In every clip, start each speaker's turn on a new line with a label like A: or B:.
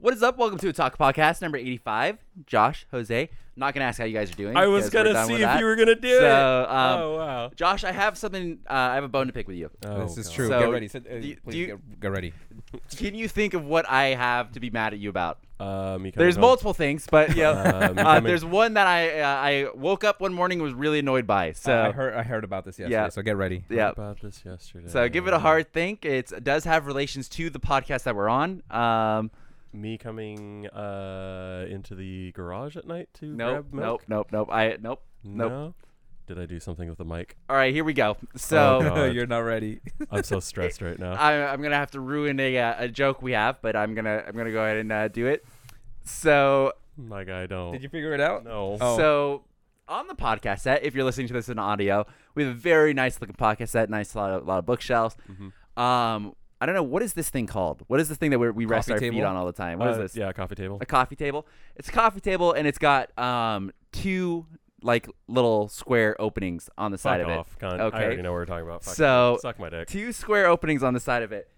A: What is up? Welcome to Talk Podcast number 85. Josh, Jose. I'm not going to ask how you guys are doing.
B: I was
A: because we're
B: gonna
A: done
B: see
A: with
B: if
A: that.
B: you were gonna do it.
A: So, um,
B: oh wow.
A: Josh, I have something, uh, I have a bone to pick with you.
B: Oh,
C: this is
B: God.
C: true.
A: So,
C: get ready. Sit, uh,
A: do you-
C: please
A: do you-
C: get, get ready.
A: Can you think of what I have to be mad at you about?
B: Uh, me coming
A: There's
B: home.
A: multiple things, but yeah,
B: Uh, me
A: uh,
B: coming-
A: there's one that I uh, I woke up one morning and was really annoyed by. So
C: I heard I heard about this yesterday,
A: Yeah.
C: so get ready.
A: yeah,
B: About this yesterday.
A: so give it a hard think. It's, it does have relations to the podcast that we're on. Um,
B: Me coming uh into the garage at night to
A: nope,
B: grab
A: nope,
B: milk.
A: nope, nope. I nope, nope.
B: No. Did I do something with the mic?
A: All right, here we go.
B: Oh,
A: So
B: God.
C: You're not ready.
B: I'm so stressed right now.
A: I, I'm gonna have to ruin a, uh, a joke we have, but I'm gonna I'm gonna go ahead and uh, do it. So
B: My guy, don't.
C: Did you figure it out?
B: No.
C: Oh.
A: So on the podcast set, if you're listening to this in audio, we have a very nice looking podcast set, nice lot of, lot of bookshelves.
B: Mm-hmm.
A: Um, I don't know what is this thing called. What is this thing that we we rest
C: Coffee
A: our feet
C: table?
A: on all the time? What is
B: Uh,
A: this?
B: Yeah, coffee table.
A: A coffee table. It's a coffee table, and it's got um two like little square openings on the side
B: Fuck
A: of it.
B: off, cunt. I
A: Okay.
B: already know what we're talking about. Fuck
A: So-
B: off. suck my dick.
A: Two square openings on the side of it.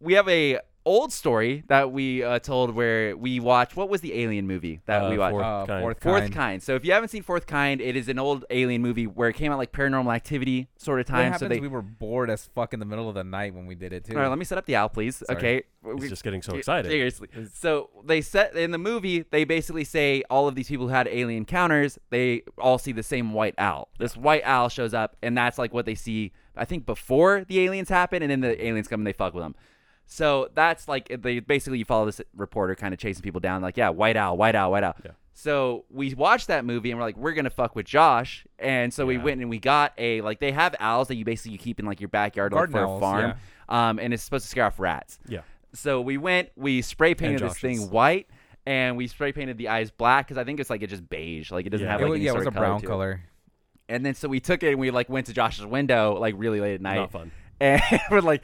A: We have a old story that we uh, told where we watched. What was the alien movie that
B: Uh,
A: we watched?
B: Fourth
C: Uh,
B: kind.
C: fourth
A: Fourth
C: kind.
A: kind. So if you haven't seen Fourth Kind, it is an old alien movie where it came out like Paranormal Activity sort of
C: What
A: time.
C: happens?
A: So they.
C: we were bored as fuck in the middle of the night when we did it too.
A: All right, let me set up the owl, please.
C: Sorry.
A: Okay.
B: He's
A: We-
B: just getting so
A: Yeah,
B: excited.
A: Seriously. So they set in the movie, they basically say all of these people who had alien encounters, they all see the same white owl. This white owl shows up, and that's like what they see. I think before the aliens happen, and then the aliens come and they fuck with them. So that's like they basically you follow this reporter kind of chasing people down, like yeah, white owl, white owl, white owl.
B: Yeah.
A: So we watched that movie and we're like, we're gonna fuck with Josh, and so we
B: Yeah.
A: went and we got a like they have owls that you basically keep in like your backyard like,
C: Garden
A: for a
C: owls,
A: farm, um, and it's supposed to scare off rats.
B: Yeah.
A: So we went, we spray painted this
B: Josh's.
A: thing white, and we spray painted the eyes black because I think it's like it just beige, like it doesn't
B: Yeah.
A: have
C: It
A: like
C: was,
A: any
C: yeah, it
A: sort
C: was a
A: of
C: brown
A: to it.
C: color.
A: And then so we took it and we like went to Josh's window like really late at night,
B: Not fun.
A: and we're like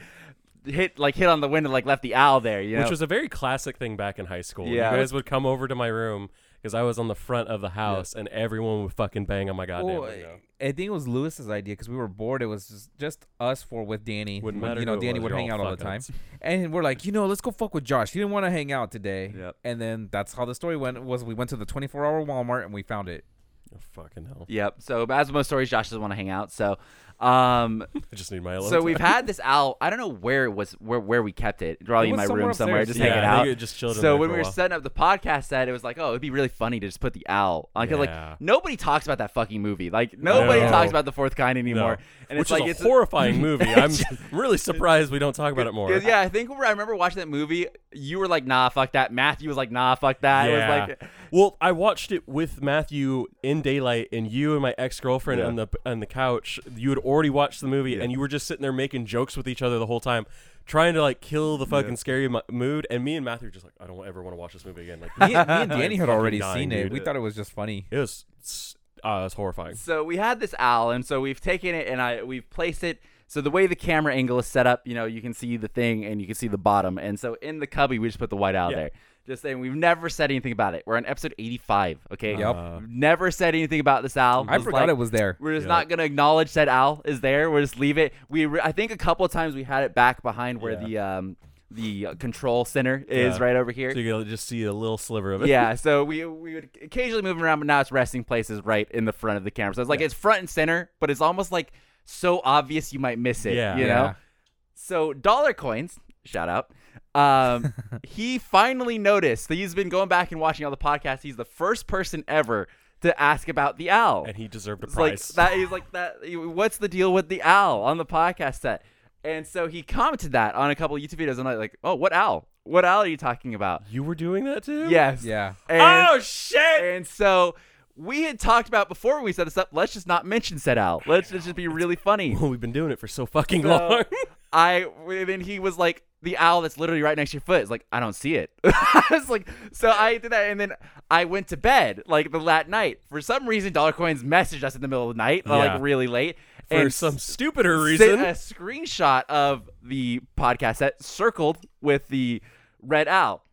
A: hit like hit on the window, like left the owl there, you know.
B: Which was a very classic thing back in high school.
A: Yeah.
B: You guys would come over to my room because I was on the front of the house and everyone would fucking bang on my goddamn
C: Well,
B: window.
C: I think it was Lewis's idea because we were bored. It was just, just us four with Danny.
B: Wouldn't
C: When,
B: matter
C: you
B: who
C: know,
B: it
C: Danny
B: was,
C: would
B: you're
C: hang out
B: all
C: all the time,
B: fuckers.
C: and we're like, you know, let's go fuck with Josh. He didn't want to hang out today.
A: Yep.
C: And then that's how the story went. Was we went to the 24-hour Walmart and we found it.
B: Oh, fucking hell.
A: Yep. So as with most stories, Josh doesn't want to hang out. So, um,
B: I just need my alone
A: so
B: time.
A: we've had this owl. I don't know where it was, where where we kept it. Probably
C: It
A: in my
C: was
A: room
C: somewhere
A: somewhere,
C: upstairs.
A: just
B: yeah,
A: hanging
B: I
A: out.
B: think it just chilled
A: So
B: in there
A: when
B: for
A: we
B: a
A: were
B: while.
A: setting up the podcast set, it was like, oh, it'd be really funny to just put the owl on. 'Cause,
B: Yeah.
A: Like nobody talks about that fucking movie. Like nobody
B: No.
A: talks about the fourth kind anymore. And
B: Which
A: it's like
B: is a
A: it's
B: horrifying movie. I'm really surprised we don't talk about it more.
A: 'cause, yeah, I think where I remember watching that movie, you were like, nah, fuck that. Matthew was like, nah, fuck that. It was like
B: well, I watched it with Matthew in daylight, and you and my ex girlfriend on the on the couch. You had already watched the movie, and you were just sitting there making jokes with each other the whole time, trying to like kill the fucking scary mo- mood. And me and Matthew were just like, I don't ever want to watch this movie again. Like,
C: Me, and- me and Danny had
B: fucking
C: already
B: dying,
C: seen it.
B: dude.
C: We thought it was just funny.
B: it was s- uh, it was horrifying.
A: So we had this owl, and so we've taken it and I we've placed it. So the way the camera angle is set up, you know, you can see the thing and you can see the bottom. And so in the cubby, we just put the white owl
B: Yeah.
A: there. Just saying, we've never said anything about it. We're on episode 85. Okay.
C: Yep.
A: We've never said anything about this owl.
C: I
A: Just
C: forgot
A: like,
C: it was there.
A: We're just
B: Yep.
A: not gonna acknowledge said owl is there. We'll just leave it. We re- I think a couple of times we had it back behind where
B: Yeah.
A: the um the uh, control center is
B: Yeah.
A: right over here
B: So you could just see a little sliver of it.
A: yeah, so we we would occasionally move around, but now it's resting places right in the front of the camera. So it's like it's front and center, but it's almost like so obvious you might miss it.
B: Yeah.
A: you know.
C: Yeah.
A: So dollar coins, shout out. Um, he finally noticed that he's been going back and watching all the podcasts. He's the first person ever to ask about the owl.
B: and he deserved a
A: It's like
B: prize.
A: that. He's like that. What's the deal with the owl on the podcast set? And so he commented that on a couple of YouTube videos, and I'm like, oh, what owl? What owl are you talking about?
B: you were doing that too.
A: Yes.
C: Yeah.
A: And-
B: oh shit.
A: and so we had talked about before we set this up. Let's just not mention set out. Let's just just be really funny.
B: Well, we've been doing it for so fucking
A: So,
B: long.
A: I and then he was like the owl that's literally right next to your foot. It's like I don't see it. I was like, so I did that, and then I went to bed like the lat night. For some reason, Dollar Coins messaged us in the middle of the night, uh,
B: Yeah.
A: like really late,
B: for
A: and
B: some stupider
A: sent
B: reason.
A: a screenshot of the podcast that circled with the red owl.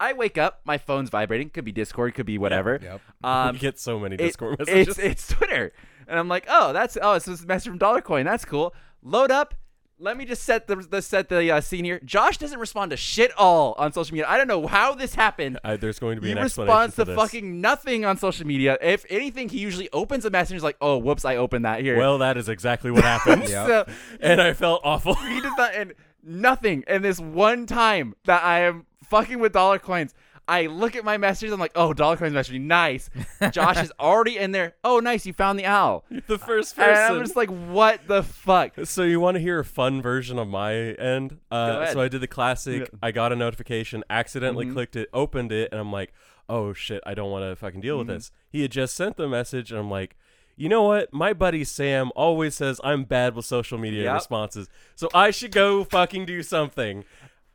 A: I wake up, my phone's vibrating. Could be Discord, could be whatever.
C: Yep.
A: Um,
B: we get so many
A: it-
B: Discord
A: It's,
B: messages.
A: it's Twitter. And I'm like, oh, that's oh, it's this message from Dollar Coin. That's cool. Load up. Let me just set the, the set the uh, scene here. Josh doesn't respond to shit all on social media. I don't know how this happened.
B: I, there's going to be
A: He
B: an explanation
A: responds
B: for
A: to
B: this.
A: fucking nothing on social media. If anything, he usually opens a message and is like, "Oh, whoops, I opened that here."
B: well, that is exactly what happened,
C: Yeah.
A: so
B: and I felt awful.
A: he does not and nothing. And this one time that I am fucking with dollar coins, I look at my messages. I'm like, "Oh, dollar coins messaging, nice." Josh is already in there. Oh, nice, you found the owl.
B: the first
A: And
B: person.
A: I'm just like, "What the fuck?"
B: So you want to hear a fun version of my end? Uh,
A: Go ahead.
B: So I did the classic.
A: Yeah. Mm-hmm.
B: I got a notification, accidentally clicked it, opened it, and I'm like, "Oh shit, I don't want to fucking deal with
A: Mm-hmm.
B: this." He had just sent the message, and I'm like, "You know what? My buddy Sam always says I'm bad with social media
A: Yep.
B: responses, so I should go fucking do something."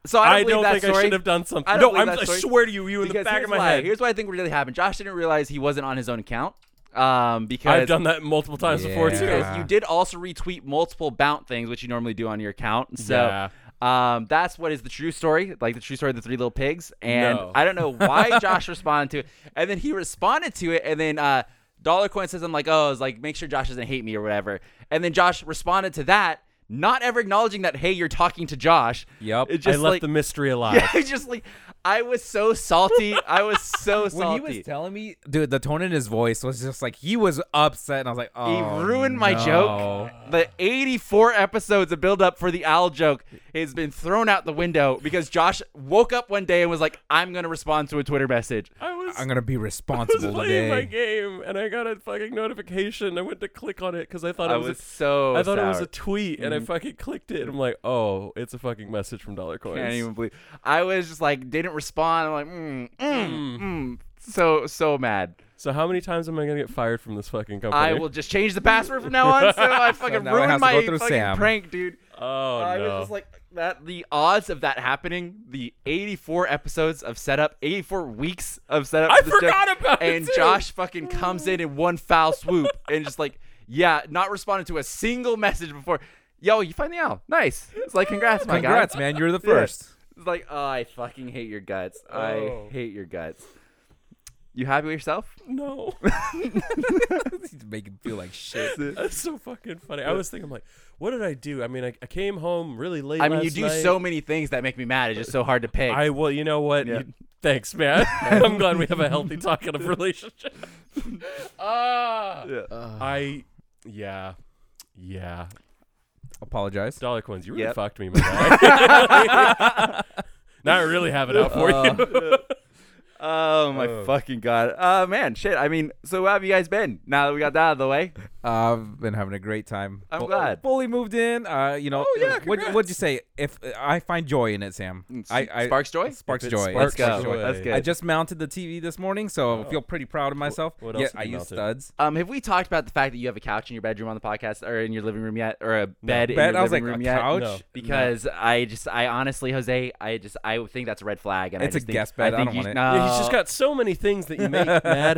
A: So I
B: I,
A: don't, believe
B: don't
A: that
B: think I
A: story.
B: should have done something.
A: I don't
B: no,
A: believe
B: I'm,
A: that
B: I
A: story.
B: swear to you, you in the
A: Because
B: back
A: here's
B: of my
A: why,
B: head.
A: Here's what I think really happened. Josh didn't realize he wasn't on his own account. Um, because
B: I've done that multiple times before
C: Yeah.
B: too.
A: because you did also retweet multiple bounce things, which you normally do on your account. So.
B: Yeah.
A: Um, that's what is the true story, like the true story of the three little pigs. And
B: No.
A: I don't know why Josh responded to it, and then he responded to it, and then uh, Dollar Coin says, "I'm like, oh, it's like make sure Josh doesn't hate me or whatever." And then Josh responded to that, not ever acknowledging that, hey, you're talking to Josh.
C: Yup.
A: It
B: I
A: just
B: left
A: like,
B: the mystery alive.
A: yeah, it's just like I was so salty. I was so
C: When
A: salty.
C: he was telling me, dude, the tone in his voice was just like he was upset, and I was like,
A: He
C: "Oh,
A: ruined my joke. The 84 episodes of build up for the owl joke has been thrown out the window because Josh woke up one day and was like, "I'm gonna respond to a Twitter message."
B: I was
C: I'm gonna be
B: I was
C: responsible
B: playing my
C: today."
B: game and I got a fucking notification. I went to click on it because I thought
A: I
B: it was.
A: was so. Mm-hmm.
B: a, I thought it was a
A: sour.
B: tweet, and I fucking clicked it. And I'm like, oh, it's a fucking message from Dollar Coins.
A: Can't even believe. I was just like, didn't respond. I'm like, mm, mm, mm. so so mad.
B: So how many times am I gonna get fired from this fucking company?
A: I will just change the password from now on. So I fucking
C: now it has
A: ruined
C: to
A: my
C: go through
A: fucking
C: Sam.
A: prank, dude.
B: Oh
A: I
B: no.
A: was just like that. The odds of that happening, the 84 episodes of setup, 84 weeks of setup.
B: I
A: for this joke,
B: forgot about it,
A: And
B: too.
A: Josh fucking comes in in one foul swoop and just like, yeah, not responding to a single message before. Yo, you find the owl. Nice. It's like, congrats, my
C: Congrats,
A: guy.
C: man! You're the
A: Yeah.
C: first.
A: It's like, oh, I fucking hate your guts.
B: Oh.
A: I hate your guts. You happy with yourself?
B: no.
C: He's making me feel like shit.
B: That's so fucking funny. I was thinking, I'm like, what did I do? I mean, I, I came home really late.
A: I mean, you
B: last
A: do
B: night.
A: so many things that make me mad. It's just so hard to pick.
B: I well, you know what?
A: Yeah.
B: You- thanks, man. I'm glad we have a healthy talkative relationship. Ah.
A: Yeah.
B: I. Yeah. Yeah.
C: Apologize.
B: Dollar coins, you really
A: Yep.
B: fucked me, my guy. now I really have it out for you.
A: Oh my fucking god. Uh man, shit. I mean, so where have you guys been? Now that we got that out of the way.
C: I've been having a great time.
A: I'm
C: Fu-
A: glad.
C: Fully moved in. Uh, you know.
A: Oh, yeah,
C: What,
A: congrats. Mm,
C: what'd you say? If I find joy in it, Sam. I, I
A: Sparks Joy?
C: Sparks
B: If it
C: joy.
B: sparks
A: Let's go.
B: joy.
A: That's good.
C: I just mounted the TV this morning, so I feel pretty proud of myself.
B: Oh. what
C: yeah,
B: else did
C: I
B: you
C: use
B: mount it?
C: studs.
A: Um, have we talked about the fact that you have a couch in your bedroom on the podcast or in your living room yet? Or a bed in your
C: Bed.
A: living
C: I was like,
A: room
C: a
A: yet?
C: couch.
B: No.
A: Because I just I honestly, Jose, I just I think that's a red flag and
C: It's
A: I
C: a
A: just think,
C: guest
A: I
C: bed. I
A: think
C: don't
A: you,
C: want it.
A: No,
B: He's just got so many things that you make mad.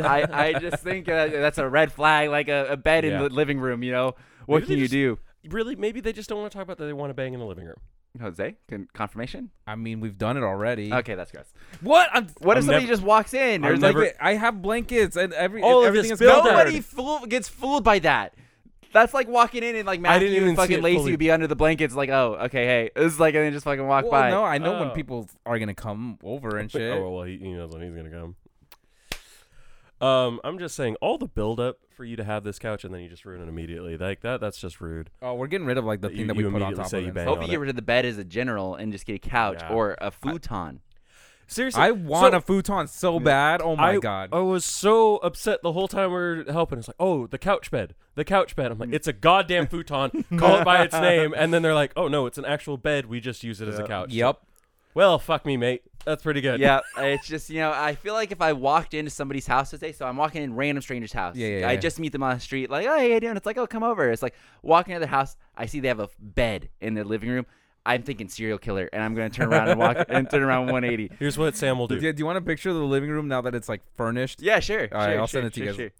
A: I, I just think uh, that's a red flag, like a, a bed in
B: Yeah.
A: the living room, you know. What
B: Maybe
A: can
B: they
A: you
B: just-
A: do?
B: really, maybe they just don't want to talk about that they want to bang in the living room.
A: Jose? Con- confirmation?
C: I mean, we've done it already.
A: Okay, that's gross.
C: What? I'm,
A: Uh, What if
B: I'm
A: somebody
B: never-
A: just walks in?
B: I'm
A: There's like
B: never-
C: Like, I have blankets and every
B: All of
C: everything
B: this
C: is covered.
B: build-up.
A: Nobody fool- gets fooled by that. That's like walking in and like Matthew
B: I didn't even
A: and fucking
B: see it
A: Lacey
B: fully.
A: would be under the blankets, like, oh, okay, hey, this is like, and then just fucking walk
C: Well,
A: by.
C: no, I know when
B: Oh.
C: people are gonna come over and shit.
B: Oh well, well, he, he knows when he's gonna come. Um, I'm just saying, all the buildup for you to have this couch and then you just ruin it immediately, like that—that's just rude.
C: Oh, we're getting rid of like the thing
B: You-
C: that we
B: you
C: put on
B: immediately
C: top
B: say
C: of
B: you
C: it.
B: bang.
A: Hope
B: on
A: you
B: it.
A: get rid of the bed as a general and just get a couch
B: Yeah.
A: or a futon.
B: Seriously,
C: I want
B: so-
C: a futon so bad. Oh my
B: I,
C: god.
B: I was so upset the whole time we were helping. It's like, oh, the couch bed, the couch bed. I'm like, it's a goddamn futon. Call it by its name. And then they're like, oh no, it's an actual bed. We just use it as a couch.
C: Yep.
B: Well, fuck me, mate. That's pretty good.
A: yeah, it's just you know, I feel like if I walked into somebody's house today, so I'm walking in random stranger's house.
C: Yeah, yeah,
A: I
C: yeah.
A: just meet them on the street, like, oh, hey, how you doing? It's like, oh, come over. It's like walking into the house, I see they have a bed in their living room. I'm thinking serial killer, and I'm gonna turn around and walk and turn around 180.
B: Here's what Sam will do.
C: Yeah, do you want a picture of the living room now that it's like furnished?
A: Yeah, sure.
C: All right,
A: sure,
C: I'll
A: sure,
C: send it to you
A: sure,
C: guys.
A: sure.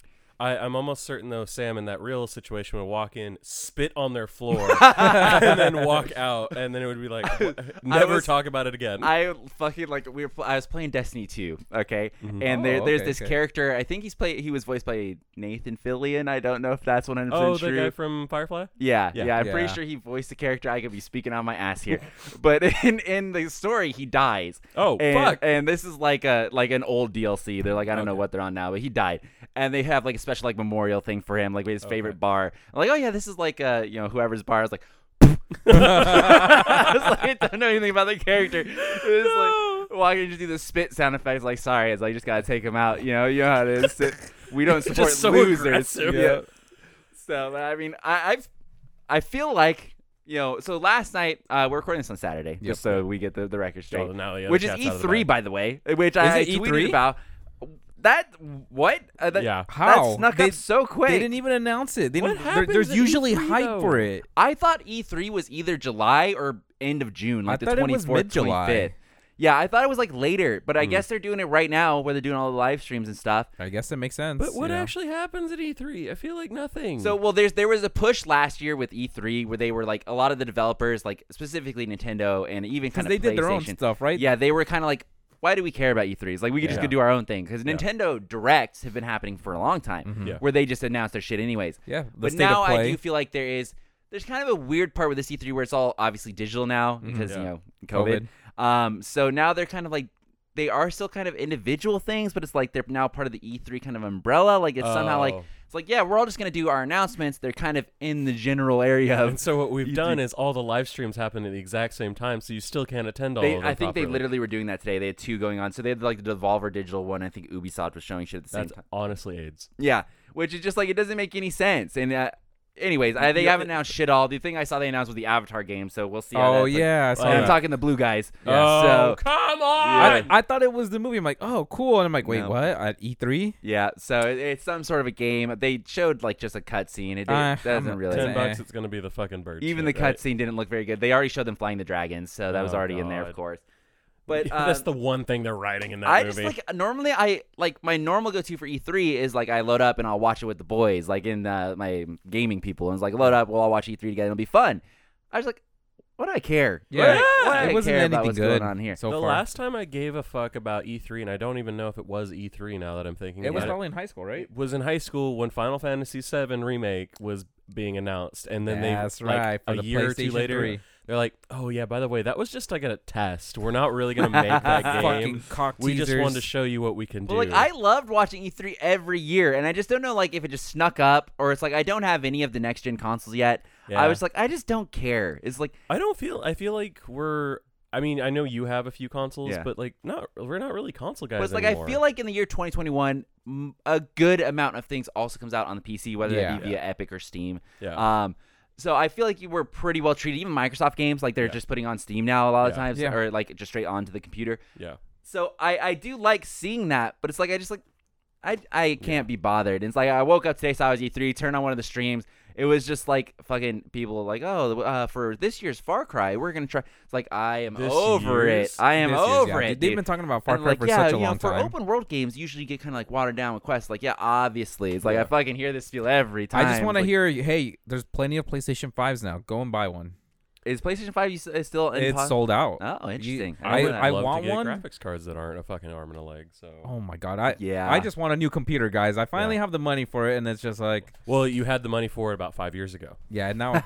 B: I, I'm almost certain though Sam in that real situation would walk in, spit on their floor, and then walk out, and then it would be like wh- never
A: was-
B: talk about it again.
A: I fucking like we were. Pl- I was playing Destiny 2, okay, and there,
C: Oh,
A: there's
C: okay,
A: this
C: okay.
A: character. I think he's played. He was voiced by Nathan Fillion. I don't know if that's one hundred
B: oh,
A: percent
B: the
A: true.
B: guy from Firefly.
A: Yeah, yeah,
B: Yeah.
A: I'm pretty
C: Yeah.
A: sure he voiced the character. I could be speaking on my ass here, but in in the story, he dies.
B: Oh,
A: and,
B: fuck.
A: And this is like a like an old DLC. They're like, I don't know what they're on now, but he died, and they have like a special like memorial thing for him, like with his favorite bar. I'm like, oh yeah, this is like uh you know whoever's bar. I was like. I was like, I don't know anything about the character. It was like, why can't you just do the spit sound effects? Like, sorry, it's like, you just gotta take him out. You know, you know how it is. We don't support
B: Just so
A: losers.
B: aggressive.
A: Yeah. So, but I mean, I, I've, I feel like, you know, so last night, uh, we're recording this on Saturday, just so we get the, the record straight.
B: Oh, now the other
A: which is
B: cat's out of the
A: E3,
B: bag. E
A: by the way, which I,
C: it
A: tweeted
C: E3?
A: about. That, what? Uh, that,
B: Yeah.
C: How?
A: That snuck
C: They-
A: up so quick.
C: They didn't even announce it. They
B: What
C: didn't- there-
B: happens
C: there's
B: at
C: usually
B: E3
C: hype
B: though?
C: for it.
A: I thought E3 was either July or end of June, like the
C: thought it
A: 24th,
C: was mid-July.
A: 25th. Yeah, I thought it was like later, but I
B: Hmm.
A: guess they're doing it right now where they're doing all the live streams and stuff.
C: I guess that makes sense.
B: But what
C: you know?
B: actually happens at E3? I feel like nothing.
A: So well, there's there was a push last year with E3 where they were like a lot of the developers, like specifically Nintendo and even kind of
C: they did their own
A: PlayStation,
C: stuff, right?
A: Yeah, they were kind of like, why do we care about E3s? Like we could just
B: Yeah.
A: go do our own thing because Nintendo Directs have been happening for a long time,
B: Yeah.
A: where they just announce their shit anyways.
C: Yeah, the
A: but
C: state of
A: now I
C: play.
A: do feel like there is there's kind of a weird part with this E3 where it's all obviously digital now because you
B: Yeah.
A: know COVID. Um, so now they're kind of like. They are still kind of individual things, but it's like they're now part of the E3 kind of umbrella. Like it's somehow like
B: Oh.
A: it's like, yeah, we're all just gonna do our announcements. They're kind of in the general area of.
B: and so what we've
A: E3.
B: done is all the live streams happen at the exact same time, so you still can't attend all
A: They,
B: of them.
A: I think they
B: properly.
A: literally were doing that today. They had two going on, so they had like the Devolver Digital one. I think Ubisoft was showing shit at the same
B: That's
A: time.
B: honestly AIDS.
A: Yeah, which is just like it doesn't make any sense. And uh, anyways, I, they
B: Yeah,
A: haven't
B: it-
A: announced shit all. The thing I saw they announced was the Avatar game, so we'll see. How
C: Oh
A: that's, like-
C: yeah, I saw
A: and I'm
C: that.
A: talking the blue guys. Yeah.
B: Oh,
A: So
B: come
C: I,
B: on!
C: I thought it was the movie. I'm like, oh, cool. And I'm like, wait,
A: No.
C: what? At E E3?
A: yeah, so it, it's some sort of a game. They showed like just a cutscene. It, it
C: Uh,
A: doesn't
C: I'm-
A: really.
B: Ah, Ten
C: Eh.
B: bucks, it's gonna be the fucking bird.
A: Even the
B: shit, right?
A: cutscene didn't look very good. They already showed them flying the dragons, so that was
B: Oh,
A: already in there, of
B: God.
A: course. But um,
B: That's the one thing they're writing in that
A: I
B: movie.
A: just like normally I like my normal go to for E3 is like I load up and I'll watch it with the boys, like in uh, my gaming people, and it's like load up, we'll all watch E3 together, it'll be fun. I was like, what do I care? What
C: Yeah.
A: do I-
B: Yeah.
A: what do
C: it
A: I
C: wasn't
A: care
C: anything
A: about what's
C: good
A: going on here.
C: So
B: the
C: far,
B: last time I gave a fuck about E3, and I don't even know if it was E3 now that I'm thinking
C: it was
B: about
C: probably in high school,
B: it,
C: right?
B: it was in high school when Final Fantasy VII Remake was being announced, and then
C: That's
B: they like,
C: right, for
B: a
C: the
B: year or two
C: PlayStation
B: later
C: 3.
B: they're like, oh yeah, by the way, that was just like a test. We're not really gonna make that
C: Fucking
B: game.
C: cock
B: We just
C: teasers.
B: wanted to show you what we can do.
A: But like I loved watching E3 every year, and I just don't know like if it just snuck up or it's like I don't have any of the next gen consoles yet.
B: Yeah.
A: I was like, I just don't care. It's like
B: I don't feel. I feel like we're. I mean, I know you have a few consoles,
A: Yeah.
B: but like, not we're not really console guys.
A: But it's like
B: anymore.
A: I feel like in the year 2021, m- a good amount of things also comes out on the PC, whether that be
B: Yeah.
A: via Epic or Steam.
B: Yeah.
A: Um, so I feel like you were pretty well treated. Even Microsoft games, like they're
B: Yeah.
A: just putting on Steam now a lot of
B: Yeah.
A: times,
C: Yeah.
A: or like just straight onto the computer.
B: yeah.
A: So I I do like seeing that, but it's like I just like. I, I can't be bothered. It's like I woke up today, saw I was E3, turned on one of the streams. It was just like fucking people like, oh, uh, for this year's Far Cry, we're gonna try. It's like I am
B: This
A: over it.
B: year's?
A: I am
C: This is- yeah,
A: over
C: dude,
A: it.
C: They've
A: dude.
C: been talking about Far
A: And,
C: Cry
A: like,
C: for
A: yeah,
C: such a
A: you know,
C: long
A: for
C: time.
A: open world games, you usually get kind of like watered down with quests. Like, yeah, obviously, it's like I fucking hear this feel every
C: I
A: time.
C: just want to
A: Like,
C: hear, hey, there's plenty of PlayStation 5s now. Go and buy one.
A: Is PlayStation Five you s- is still in?
C: It's
A: pos-
C: sold out.
A: Oh,
C: You-
A: interesting. I
C: I,
A: would've
C: I
B: love
C: want
B: to get
C: one.
B: graphics cards that aren't a fucking arm and a leg. So,
C: Oh my god! I
A: Yeah.
C: I just want a new computer, guys. I finally
B: Yeah.
C: have the money for it, and it's just like,
B: well, you had the money for it about five years ago.
C: yeah, now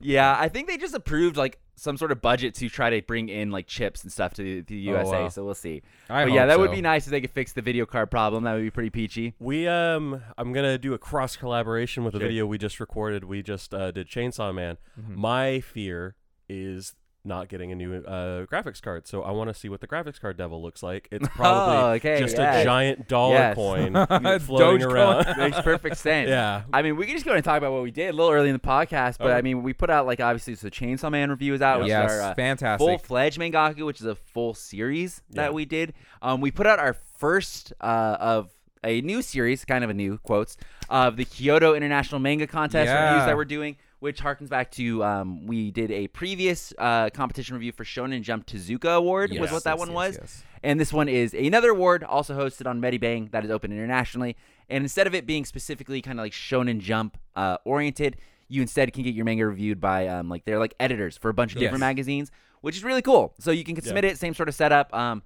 A: yeah, I think they just approved like some sort of budget to try to bring in like chips and stuff to the, to the
B: Oh,
A: USA.
B: wow.
A: So we'll see.
C: I
A: but yeah,
C: hope
A: that would
C: so.
A: be nice if they could fix the video card problem. That would be pretty peachy.
B: We um, I'm gonna do a cross collaboration with a video we just recorded. We just uh, did Chainsaw Man. My fear is not getting a new uh, graphics card, so I want to see what the graphics card devil looks like. It's probably
A: Oh, okay,
B: just
A: yes.
B: a giant dollar
A: Yes.
B: coin floating
C: Dogecoin.
B: around.
A: Makes perfect sense.
B: yeah,
A: I mean, we can just go and talk about what we did a little early in the podcast, but
B: Okay.
A: I mean, we put out like obviously so Chainsaw Man review is out. which is
C: Oh. yes,
A: our, uh,
C: fantastic.
A: full fledged Mangaku, which is a full series
B: Yeah.
A: that we did. Um, we put out our first uh, of a new series, kind of a new quotes of the Kyoto International Manga Contest
C: Yeah.
A: reviews that we're doing. which harkens back to um, we did a previous uh, competition review for Shonen Jump Tezuka Award was
C: Yes,
A: what that
C: yes,
A: one
C: yes,
A: was,
C: yes.
A: and this one is another award also hosted on MediBang that is open internationally. And instead of it being specifically kind of like Shonen Jump uh, oriented, you instead can get your manga reviewed by um, like they're like editors for a bunch of
C: Yes.
A: different magazines, which is really cool. So you can submit it, same sort of setup. Um,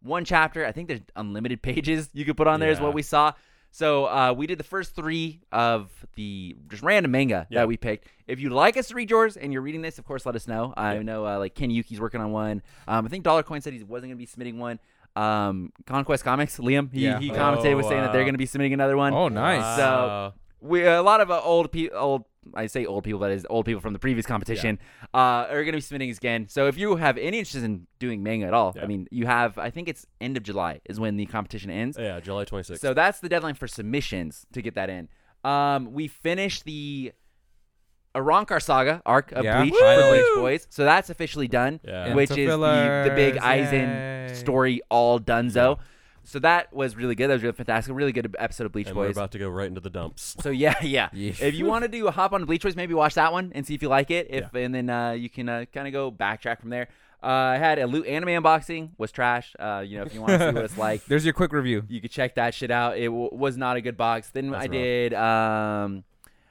A: one chapter, I think there's unlimited pages you could put on there is
B: Yeah.
A: what we saw. So uh, we did the first three of the just random manga
B: Yeah.
A: that we picked. If you'd like us to read yours and you're reading this, of course, let us know. I know uh, like Ken Yuki's working on one. Um, I think Dollar Coin said he wasn't going to be submitting one. Um, Conquest Comics, Liam, he,
C: Yeah.
A: he commented
B: Oh, uh,
A: was saying that they're
B: wow.
A: going to be submitting another one.
C: Oh, nice.
A: uh, So-
B: Uh,
A: We a lot of uh, old people, old I say old people, that is old people from the previous competition, uh, are going to be submitting again. So if you have any interest in doing manga at all, I
B: Yeah.
A: mean, you have. I think it's end of July is when the competition ends.
B: yeah, July 26th.
A: So that's the deadline for submissions to get that in. Um, we finished the Arrankar saga arc of
C: Yeah,
A: Bleach for
C: finally.
A: Bleach Boys, so that's officially done,
B: Yeah.
A: which is the, the big
C: Interfillers,
A: Aizen
C: yay.
A: story all donezo. So that was really good. That was really fantastic. A really good episode of Bleach
B: and we're
A: Boys.
B: about to go right into the dumps.
A: So yeah, yeah.
C: Yeah.
A: If you want to do a hop on Bleach Boys, maybe watch that one and see if you like it. If and then uh, you can uh, kind of go backtrack from there. Uh, I had a loot anime unboxing was trash. Uh, you know, if you want to see what it's like,
C: There's your quick review.
A: you could check that shit out. It w- was not a good box. Then I
B: rough.
A: did um,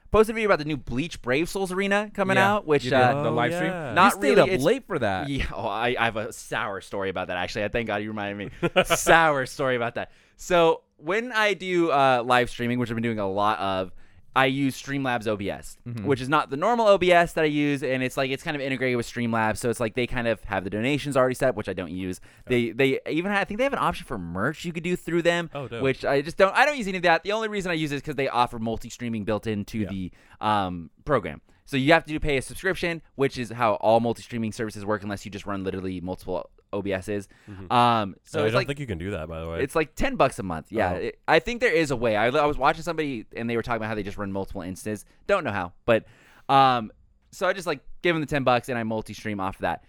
A: posted a video about the new Bleach Brave Souls Arena coming
C: Yeah,
A: out, which
C: you did
A: uh,
C: the
B: Oh,
C: live
B: yeah.
C: stream.
A: Not
C: you stayed
A: really,
C: up
A: it's-
C: late for that.
A: yeah, oh, I, I have a sour story about that. Actually, I thank God you reminded me. sour story about that. So when I do uh, live streaming, which I've been doing a lot of, I use Streamlabs OBS,
B: Mm-hmm.
A: which is not the normal OBS that I use, and it's like it's kind of integrated with Streamlabs. So it's like they kind of have the donations already set, which I don't use. They they even have, I think they have an option for merch you could do through them,
B: Oh, dope.
A: which I just don't. I don't use any of that. The only reason I use it is because they offer multi-streaming built into the um, program. So you have to do pay a subscription, which is how all multi-streaming services work, unless you just run literally multiple OBSs. Um, so
B: So Mm-hmm. I
A: it's
B: don't
A: like
B: think you can do that, by the way.
A: it's like ten bucks a month. Yeah,
B: Oh.
A: it- I think there is a way. I, I was watching somebody and they were talking about how they just run multiple instances. Don't know how, but um, so I just like give them the ten bucks and I multi-stream off of that.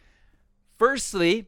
A: Firstly,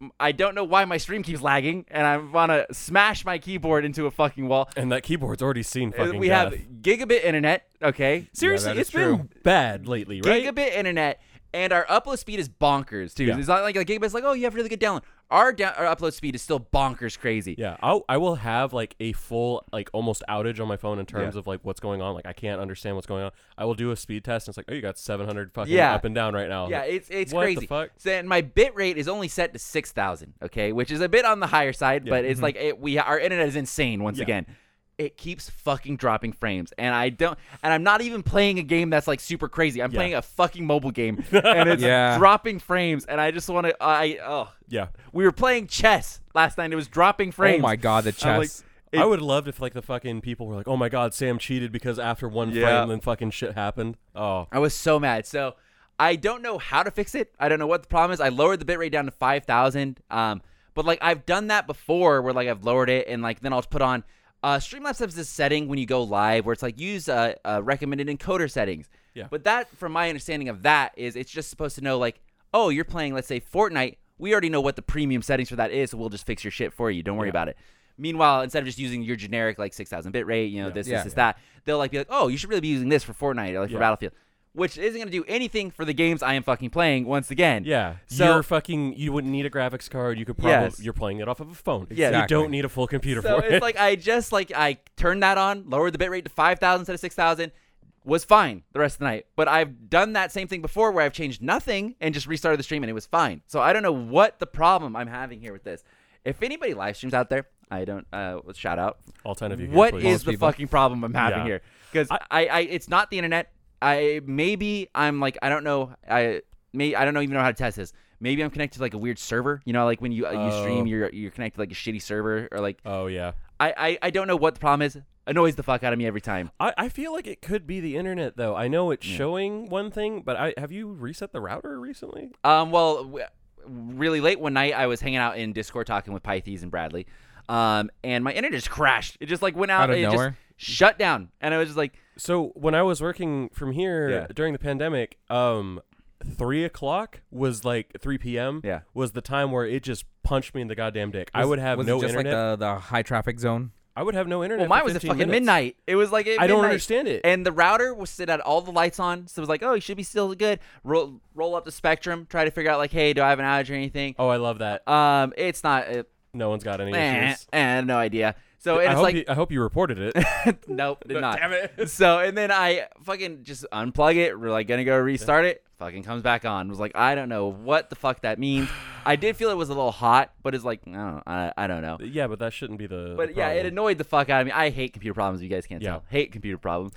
A: m- I don't know why my stream keeps lagging, and I want to smash my keyboard into a fucking wall.
B: and that keyboard's already seen
A: Uh,
B: fucking
A: We have
B: death.
A: gigabit internet. Okay,
B: Seriously,
C: that
B: it's
C: is
B: been bad lately, right?
A: gigabit internet and our upload speed is bonkers too.
B: Yeah.
A: It's not like like gigabit's like, oh, you have really good download. Our down, our upload speed is still bonkers crazy.
B: Yeah, I'll, I will have like a full like almost outage on my phone in terms of like what's going on. Like I can't understand what's going on. I will do a speed test and it's like, oh, you got 700 fucking
A: Yeah.
B: up and down right now.
A: Yeah, it's it's
B: what
A: crazy.
B: the fuck?
A: So and my bit rate is only set to six thousand, okay, which is a bit on the higher side, but it's like it, we our internet is insane once
B: Mm-hmm. Yeah.
A: again. It keeps fucking dropping frames, and I don't, and I'm not even playing a game that's like super crazy. I'm
B: Yeah.
A: playing a fucking mobile game, and it's
C: Yeah.
A: dropping frames, and I just want to, I oh,
B: Yeah.
A: we were playing chess last night. and It was dropping frames.
C: Oh my god, the
B: I'm like,
C: chess.
B: I would love if like the fucking people were like, oh my god, Sam cheated because after one
A: Yeah.
B: frame, then fucking shit happened. Oh,
A: I was so mad. So I don't know how to fix it. I don't know what the problem is. I lowered the bitrate down to 5,000. Um, but like I've done that before where like I've lowered it and like then I'll just put on uh, Streamlabs has this setting when you go live where it's like use uh, uh, recommended encoder settings.
B: Yeah.
A: But that, from my understanding of that, is it's just supposed to know like, oh, you're playing, let's say Fortnite. We already know what the premium settings for that is, so we'll just fix your shit for you. Don't worry about it. Meanwhile, instead of just using your generic like 6,000 bitrate, you know, this,
C: Yeah.
A: this, this, that, they'll like be like, oh, you should really be using this for Fortnite or like for
B: Yeah.
A: Battlefield, which isn't going to do anything for the games I am fucking playing once again.
B: yeah.
A: So-
B: you're fucking. You wouldn't need a graphics card. You could probably.
A: Yes.
B: You're playing it off of a phone.
A: Yeah.
B: You
C: Exactly.
B: don't need a full computer
A: So
B: for
A: it's
B: it.
A: like I just like I turned that on, lowered the bitrate to 5,000 instead of 6,000, was fine the rest of the night. But I've done that same thing before where I've changed nothing and just restarted the stream and it was fine. So I don't know what the problem I'm having here with this. If anybody live streams out there, I don't uh shout out.
B: All ten of you.
A: What
B: here,
A: is
B: please.
A: the
C: people.
A: fucking problem I'm having
B: Yeah.
A: here? Because I, I, it's not the internet. I maybe I'm like I don't know. I may I don't know even know how to test this. Maybe I'm connected to like a weird server. You know, like when you uh, you
B: Oh.
A: stream, you're you're connected to like a shitty server or like
B: Oh yeah.
A: I, I I don't know what the problem is. Annoys the fuck out of me every time.
B: I, I feel like it could be the internet though. I know it's showing one thing, but I have you reset the router recently?
A: Um, well, w- really late one night, I was hanging out in Discord talking with Pythes and Bradley, um, and my internet just crashed. It just like went out,
C: Out of
A: and it
C: nowhere?
A: just shut down, and I was just like,
B: So when I was working from here
A: Yeah.
B: during the pandemic, um, three o'clock was like three p.m.
A: Yeah.
B: was the time where it just punched me in the goddamn dick. I would have
C: was
B: no
C: it just
B: internet.
C: like the, the high traffic zone.
B: I would have no internet.
A: Well, mine
B: for
A: was at
B: 15
A: fucking
B: minutes.
A: midnight. It was like at
B: I don't
A: midnight.
B: understand it.
A: And the router was sit had all the lights on, so it was like, oh, it should be still good. Roll roll up the spectrum, try to figure out like, hey, do I have an outage or anything?
B: Oh, I love that.
A: Um, it's not. It,
B: No one's got any
A: eh,
B: issues.
A: eh, no idea. So and
B: I
A: it's
B: hope,
A: like,
B: you, I hope you reported it.
A: nope, did not.
B: Damn it.
A: So and then I fucking just unplug it. We're like gonna go restart it. Fucking comes back on. Was like, I don't know what the fuck that means. I did feel it was a little hot, but it's like, I don't, I, I don't know.
B: Yeah, but that shouldn't be the.
A: But
B: the
A: yeah, it
B: problem.
A: annoyed the fuck out of me. I hate computer problems. You guys can't
B: Yeah.
A: tell. Hate computer problems.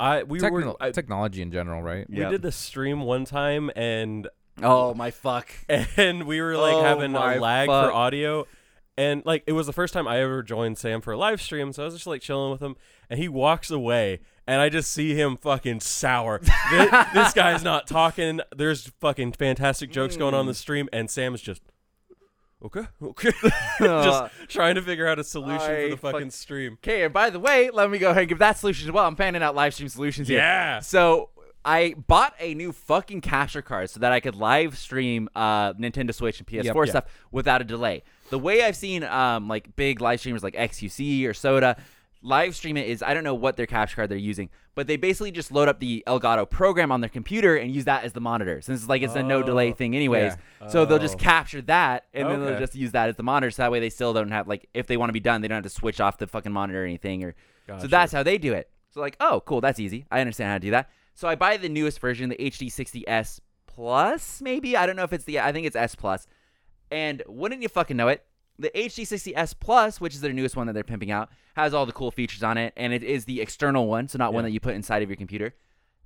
B: I we were
C: Techno-
B: I,
C: technology in general, right?
B: we did the stream one time and
A: Oh my fuck.
B: and we were like
A: Oh
B: having
A: my
B: a lag
A: fuck.
B: for audio. And like it was the first time I ever joined Sam for a live stream, so I was just like chilling with him, and he walks away, and I just see him fucking sour. Th- this, guy's not talking. There's fucking fantastic jokes going on in the
A: Mm.
B: stream, and Sam's just okay, okay,
A: Uh,
B: just trying to figure out a solution
A: I
B: for the fucking
A: fuck-
B: stream.
A: Okay, and by the way, let me go ahead and give that solution as well. I'm fanning out live stream solutions here.
B: Yeah.
A: So I bought a new fucking capture card so that I could live stream uh, Nintendo Switch and PS4
C: Yep.
A: stuff without a delay. The way I've seen um, like big live streamers like XQC or Soda live stream it is I don't know what their capture card they're using, but they basically just load up the Elgato program on their computer and use that as the monitor since it's like it's a no delay thing anyways. So they'll just capture that and then they'll
B: Oh. Okay.
A: just use that as the monitor so that way they still don't have like if they want to be done they don't have to switch off the fucking monitor or anything or so
B: Gotcha.
A: that's how they do it. So like, oh, cool, that's easy. I understand how to do that. So I buy the newest version, the HD60s Plus, maybe I don't know if it's the I think it's S Plus. And wouldn't you fucking know it? The HD60s Plus, which is their newest one that they're pimping out, has all the cool features on it, and it is the external one, so not one
B: Yeah.
A: that you put inside of your computer.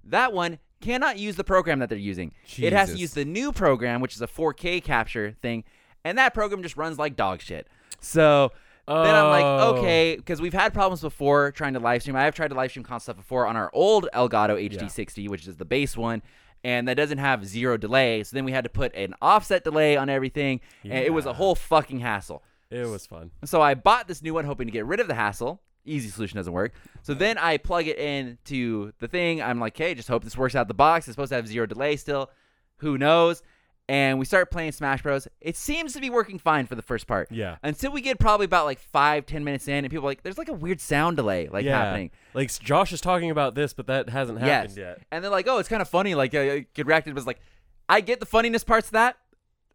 A: That one cannot use the program that they're using. It has to
C: Jesus.
A: use the new program, which is a 4K capture thing, and that program just runs like dog shit. So then I'm
B: Oh.
A: like, okay, because we've had problems before trying to live stream. I have tried to live stream console stuff before on our old Elgato HD60, which is the base one, and that doesn't have zero delay. So then we had to put an offset delay on everything, and it was a
B: Yeah.
A: whole fucking hassle.
B: It was fun.
A: So I bought this new one hoping to get rid of the hassle. Easy solution doesn't work. So then I plug it in to the thing. I'm like, hey, just hope this works out the box. It's supposed to have zero delay still. Who knows? And we start playing Smash Bros. It seems to be working fine for the first part.
B: Yeah.
A: Until we get probably about like five, ten minutes in, and people are like, there's like a weird sound delay like
B: yeah,
A: happening.
B: like s- Josh is talking about this, but that hasn't
A: Yes.
B: happened yet.
A: And they're like, oh, it's kind of funny. Like, uh, good reacted was like, I get the funniness parts of that.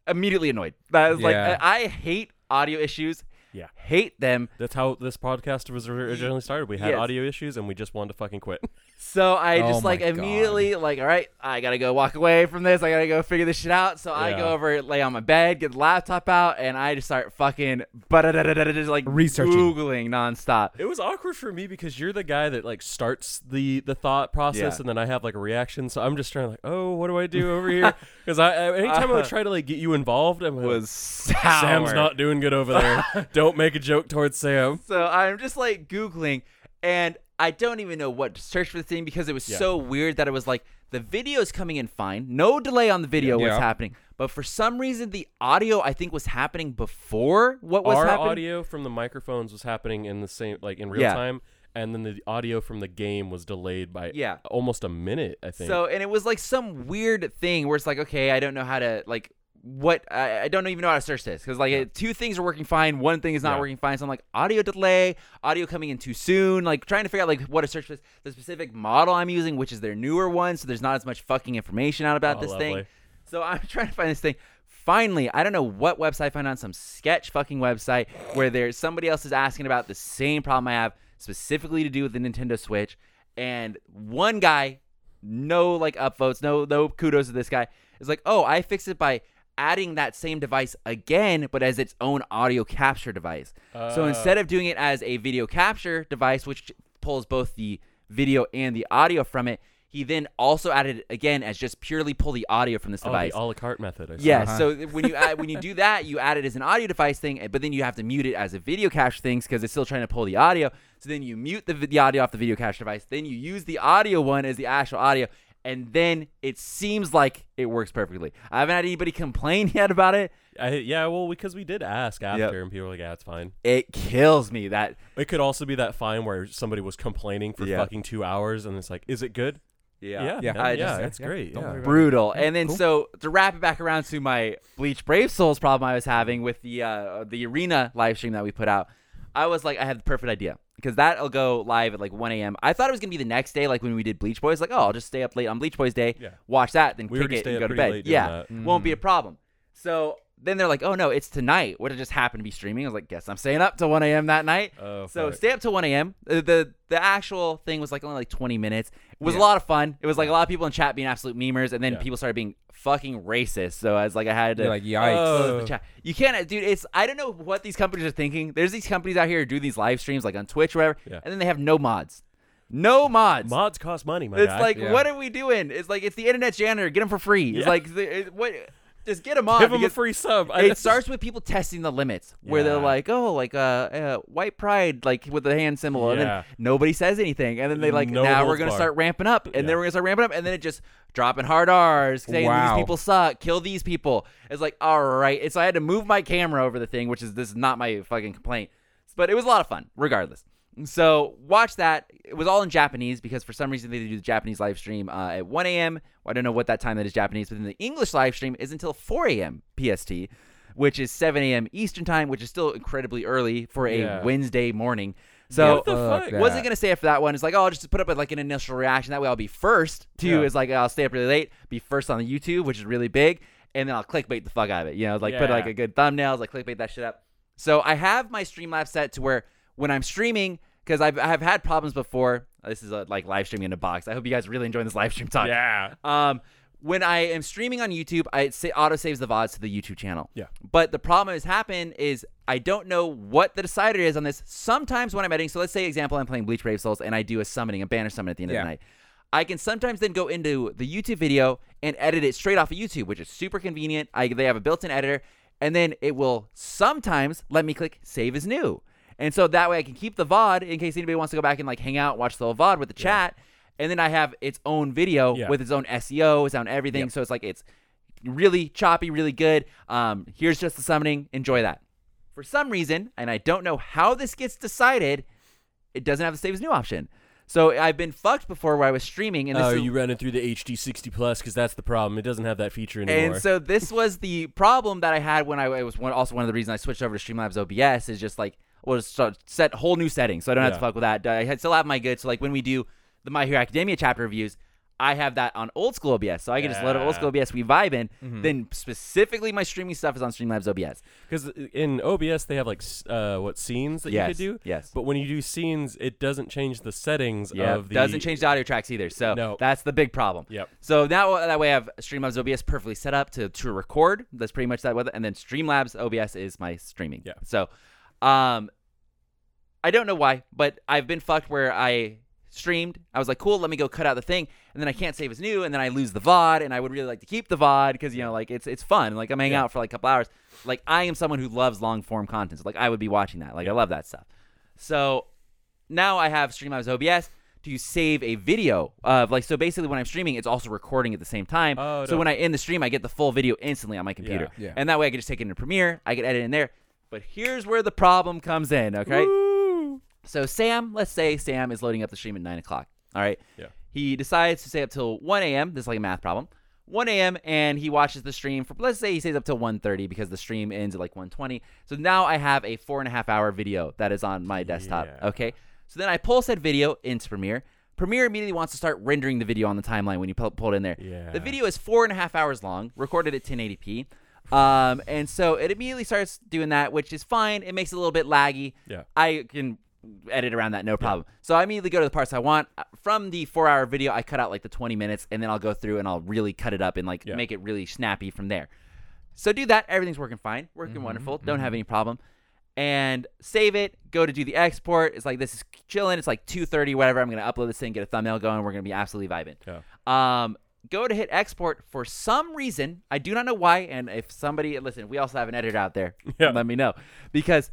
A: Immediately annoyed. That was like,
C: Yeah.
A: I, I hate audio issues.
B: Yeah.
A: Hate them.
B: That's how this podcast was originally started. We had
A: Yes.
B: audio issues and we just wanted to fucking quit.
A: So I
C: Oh
A: just
C: my
A: like
C: God.
A: immediately like, all right, I gotta go walk away from this. I gotta go figure this shit out. So I
B: Yeah.
A: go over, lay on my bed, get the laptop out, and I just start fucking just like
C: Researching.
A: googling nonstop.
B: It was awkward for me because you're the guy that like starts the the thought process
A: Yeah.
B: and then I have like a reaction. So I'm just trying like, oh, what do I do over here? Because I, I anytime I would try to like get you involved, I'm like,
A: was sour.
B: Sam's not doing good over there. Don't make a joke towards Sam.
A: So I'm just like googling, and I don't even know what to search for the thing because it was
B: Yeah.
A: so weird that it was like the video is coming in fine, no delay on the video what's
C: Yeah.
A: happening, but for some reason the audio I think was happening before what was
B: Our
A: happening.
B: audio from the microphones was happening in the same like in real
A: Yeah.
B: time, and then the audio from the game was delayed by
A: Yeah.
B: almost a minute. I think.
A: So,
B: Oh,
A: and it was like some weird thing where it's like, okay, I don't know how to like what I, I don't even know how to search this because like it- two things are working fine, one thing is not
B: Yeah.
A: working fine. So I'm like audio delay, audio coming in too soon, like trying to figure out like what to search for this, the specific model I'm using, which is their newer one, so there's not as much fucking information out about
B: Oh,
A: this thing.
B: lovely.
A: So I'm trying to find this thing. Finally, I don't know what website I found on some sketch fucking website where there's somebody else is asking about the same problem I have specifically to do with the Nintendo Switch, and one guy, no like upvotes, no no kudos to this guy, is like, oh, I fixed it by adding that same device again, but as its own audio capture device. so
B: Uh.
A: instead of doing it as a video capture device, which pulls both the video and the audio from it. He then also added it again as just purely pull the audio from this
B: oh,
A: device.
B: the a la carte method. I see.
A: Yeah.
C: Uh-huh.
A: So th- when you add, when you do that, you add it as an audio device thing, eh, but then you have to mute it as a video cache thing because it's still trying to pull the audio. So then you mute the, vi- the audio off the video cache device. Then you use the audio one as the actual audio, and then it seems like it works perfectly. I haven't had anybody complain yet about it.
B: I, yeah, well, because we did ask after, and people were like, "Yeah, it's fine."
A: It kills me that
B: It could also be that fine where somebody was complaining for
A: Yeah.
B: fucking two hours, and it's like, "Is it good?" Yeah,
C: Yeah.
B: no,
A: I
B: yeah,
A: just-
B: it's
C: yeah,
B: great.
C: don't
B: yeah.
C: worry about
A: brutal. And then
C: cool.
A: so to wrap it back around to my Bleach Brave Souls problem I was having with the uh, the arena live stream that we put out, I was like, I had the perfect idea because that'll go live at like 1 a.m. I thought it was gonna be the next day, like when we did Bleach Boys. Like, oh, I'll just stay up late on Bleach Boys day,
B: Yeah.
A: watch that, then
B: We
A: kick
B: already
A: it
B: stay
A: and
B: up
A: go to
B: pretty
A: bed.
B: late doing
A: yeah,
B: that. Mm-hmm.
A: won't be a problem. So then they're like, oh no, it's tonight. What it just happened to be streaming? I was like, guess I'm staying up till 1 a.m. that night.
B: Oh,
A: so
B: fuck.
A: stay up till 1 a.m. Uh, The the actual thing was like only like 20 minutes. It was a
C: Yeah.
A: lot of fun. It was like a lot of people in chat being absolute memers, and then
B: Yeah.
A: people started being fucking racist. So I was like, I had to
C: You're like, yikes.
B: Oh.
A: the chat. You can't, dude. It's I don't know what these companies are thinking. There's these companies out here who do these live streams like on Twitch or whatever,
B: Yeah.
A: and then they have no mods, no mods.
B: Mods cost money, my
A: it's
B: guy.
A: like,
C: Yeah.
A: what are we doing? It's like it's the internet janitor. Get them for free. It's
B: Yeah.
A: like the- it- what? Just get them on.
B: give him a
A: because
B: free sub. I-
A: It starts with people testing the limits, where they're
B: Yeah.
A: like, "Oh, like uh, uh, white pride, like with the hand symbol," and
B: Yeah.
A: then nobody says anything, and then they like,
B: No
A: "Now
B: holds
A: we're gonna
B: barred.
A: start ramping up," and
B: Yeah.
A: then we're gonna start ramping up, and then it just dropping hard R's, saying
C: Wow.
A: these people suck, kill these people. It's like, all right. And so I had to move my camera over the thing, which is this is not my fucking complaint, but it was a lot of fun regardless. So watch that. It was all in Japanese because for some reason they do the Japanese live stream uh, at 1 a.m. Well, I don't know what that time that is Japanese, but then the English live stream is until 4 a.m. PST, which is 7 a.m. Eastern time, which is still incredibly early for a
B: Yeah.
A: Wednesday morning. So
B: What the
C: Fuck
B: fuck?
C: that.
A: wasn't gonna stay up for that one. It's like, oh, I'll just put up with like an initial reaction. That way, I'll be first. Two
B: Yeah.
A: is like, I'll stay up really late, be first on the YouTube, which is really big, and then I'll clickbait the fuck out of it. You know, like put like
B: Yeah.
A: a good thumbnails, like clickbait that shit up. So I have my Streamlabs set to where when I'm streaming, because I've I've had problems before. This is a, like live streaming in a box. I hope you guys really enjoying this live stream talk.
B: Yeah.
A: Um, when I am streaming on YouTube, I it sa- auto saves the VODs to the YouTube channel.
B: Yeah.
A: But the problem has happened is I don't know what the decider is on this. Sometimes when I'm editing, so let's say example I'm playing Bleach Brave Souls and I do a summoning, a banner summon at the end of
C: Yeah.
A: the night. I can sometimes then go into the YouTube video and edit it straight off of YouTube, which is super convenient. I, they have a built-in editor, and then it will sometimes let me click save as new, and so that way I can keep the VOD in case anybody wants to go back and like hang out, watch the whole VOD with the chat, and then I have its own video
B: Yeah.
A: with its own SEO, its own everything. So it's like it's really choppy, really good. Um, here's just the summoning. Enjoy that. For some reason, and I don't know how this gets decided, it doesn't have the save as new option. So I've been fucked before where I was streaming and this
B: Oh,
A: is-
B: you running through the HD 60 plus because that's the problem. It doesn't have that feature anymore.
A: And so this was the problem that I had when I it was one, also one of the reasons I switched over to Streamlabs OBS is just like well just start, set whole new settings, so I don't have to
B: Yeah.
A: fuck with that. I had, still have my good. So like when we do the My Hero Academia chapter reviews, I have that on old school OBS, so I can just let it old
B: Yeah. Mm-hmm.
A: school OBS we vibe in. Then specifically my streaming stuff is on Streamlabs OBS.
B: Because in OBS they have like s- uh, what scenes that
A: Yes,
B: you could do.
A: yes.
B: But when you do scenes, it doesn't change the settings
A: Yeah,
B: of the.
A: Uh, doesn't change the audio tracks either. So
B: No.
A: that's the big problem.
B: Yep.
A: So now uh, that way I have Streamlabs OBS perfectly set up to to record. That's pretty much that with it. And then Streamlabs OBS is my streaming.
B: Yeah.
A: So, um, I don't know why, but I've been fucked where I streamed. I was like, cool, let me go cut out the thing, and then I can't save as new, and then I lose the VOD, and I would really like to keep the VOD because you know, like it's it's fun. Like I'm hanging
B: Yeah.
A: out for like a couple hours. Like I am someone who loves long form content. So, like I would be watching that. Like I love that stuff. So now I have Streamlabs OBS to save a video of like so basically when I'm streaming, it's also recording at the same time.
B: Oh,
A: so
B: dope.
A: when I end the stream, I get the full video instantly on my computer.
B: Yeah.
C: Yeah.
A: And that way I can just take it into Premiere, I can edit in there. But here's where the problem comes in, okay? So Sam, let's say Sam is loading up the stream at nine o'clock. All right.
B: Yeah.
A: He decides to stay up till one a.m. This is like a math problem. One a.m. and he watches the stream for let's say he stays up till 1.30 because the stream ends at like 1.20. So now I have a four and a half hour video that is on my desktop.
B: Yeah.
A: Okay. So then I pull said video into Premiere. Premiere immediately wants to start rendering the video on the timeline when you pull, pull it in there.
B: Yeah.
A: The video is four and a half hours long, recorded at 1080p. Um, and so it immediately starts doing that, which is fine. It makes it a little bit laggy.
B: Yeah.
A: I can edit around that no problem. So I immediately go to the parts I want. Uh, From the four hour video, I cut out like the 20 minutes and then I'll go through and I'll really cut it up and like
B: Yeah.
A: make it really snappy from there. So do that. Everything's working fine, working
B: Mm-hmm.
A: wonderful. Don't have any problem. And save it. Go to do the export. It's like this is chilling. It's like 2:30, whatever. I'm gonna upload this thing, get a thumbnail going. We're gonna be absolutely vibing.
B: Yeah.
A: Um, go to hit export for some reason. I do not know why. And if somebody listen, we also have an editor out there.
B: Yeah.
A: Let me know because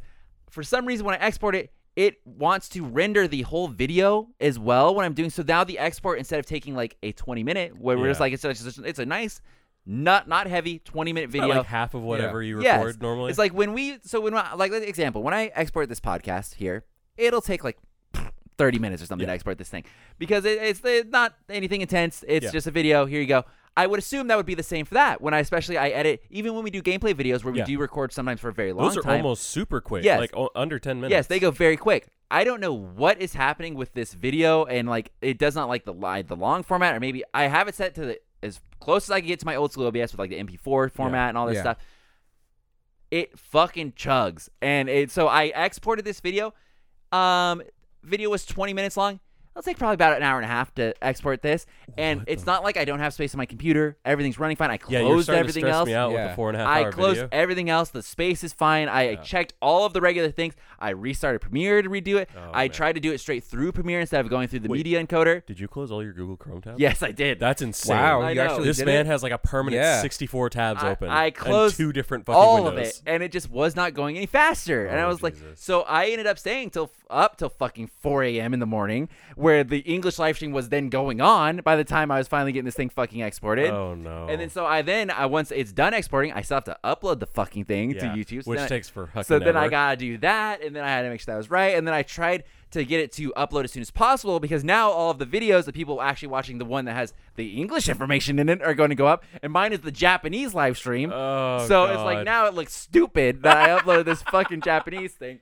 A: for some reason when I export it, it wants to render the whole video as well when I'm doing. So now the export instead of taking like a 20 minute, where we're just
B: Yeah.
A: like it's just, it's a nice, not not heavy 20 minute
B: About,
A: video.
B: like half of whatever you
A: Yes.
B: record normally.
A: It's like when we so when I- like like, example when I export this podcast here, it'll take like. 30 minutes or something to export this thing because it, it's, it's not anything intense. It's
B: Yeah.
A: just a video. Here you go. I would assume that would be the same for that. When I especially I edit, even when we do gameplay videos where we
B: Yeah.
A: do record sometimes for a very long
B: Those are
A: time.
B: almost super quick.
A: Yes.
B: Like o- under 10 minutes.
A: Yes, they go very quick. I don't know what is happening with this video, and like it does not like the li- the long format, or maybe I have it set to the as close as I can get to my old school OBS with like the MP4 format and all this
C: Yeah.
A: stuff. It fucking chugs, and it so I exported this video. Um, video was 20 minutes long. It'll take probably about an hour and a half to export this, and it's not like I don't have space on my computer. Everything's running fine. I
B: Yeah,
A: closed
B: you're starting
A: everything
B: to stress
A: else.
B: me out with
C: Yeah.
B: the four and a half
A: I e-,
B: hour
A: closed
B: video.
A: everything else. The space is fine. I checked all of the regular things. I restarted Premiere to redo it.
B: Oh,
A: I
B: man.
A: tried to do it straight through Premiere instead of going through the
B: Wait.
A: media encoder.
B: Did you close all your Google Chrome tabs?
A: Yes, I did.
B: That's insane.
C: Wow,
A: I
C: you
A: know.
C: actually
B: this
C: did it?
B: man has like a permanent
C: Yeah.
B: 64 tabs
A: I-
B: open.
A: I
B: and
A: closed
B: two different fucking
A: all
B: windows.
A: of it, and it just was not going any faster. and
B: Oh,
A: I was like,
B: Jesus.
A: so I ended up staying till up till fucking 4 a.m. in the morning, where the English live stream was then going on. By the time I was finally getting this thing fucking exported.
B: Oh no.
A: And then so I then I once it's done exporting, I still have to upload the fucking thing to
B: Yeah,
A: YouTube. So
B: which
A: then I-
B: takes for hucking
A: So then I
B: ever.
A: gotta do that, and then I had to make sure that was right, and then I tried to get it to upload as soon as possible because now all of the videos that people actually watching the one that has the English information in it are going to go up, and mine is the Japanese live stream.
B: Oh,
A: so it's like
B: God.
A: now it looks stupid that I uploaded this fucking Japanese thing,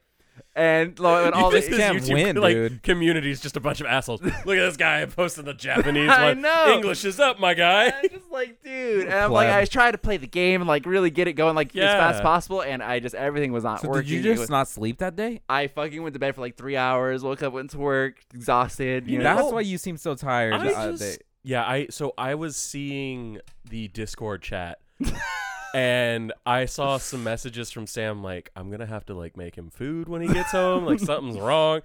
A: and, lo- and all
B: You
A: this
B: think
C: You
B: this
C: can't
B: YouTube
C: win,
B: like,
C: dude.
B: community is just a bunch of assholes. Look at this guy posting the Japanese
A: I
B: one.
A: know.
B: English is up, my guy.
A: I'm just like, dude. And I'm like,
C: Pleb.
A: I was trying to play the game and like really get it going like as
B: Yeah.
A: fast as possible, and I just everything was not
C: So
A: working.
C: did you
A: It
C: just
A: was-
C: not sleep that day?
A: I fucking went to bed for like three hours, woke up, went to work, exhausted. You know,
C: That's why you seem so tired.
B: I
C: uh,
B: just-
C: they-
B: yeah, I so I was seeing the Discord chat and I saw some messages from Sam like I'm going to have to like make him food when he gets home, like something's wrong.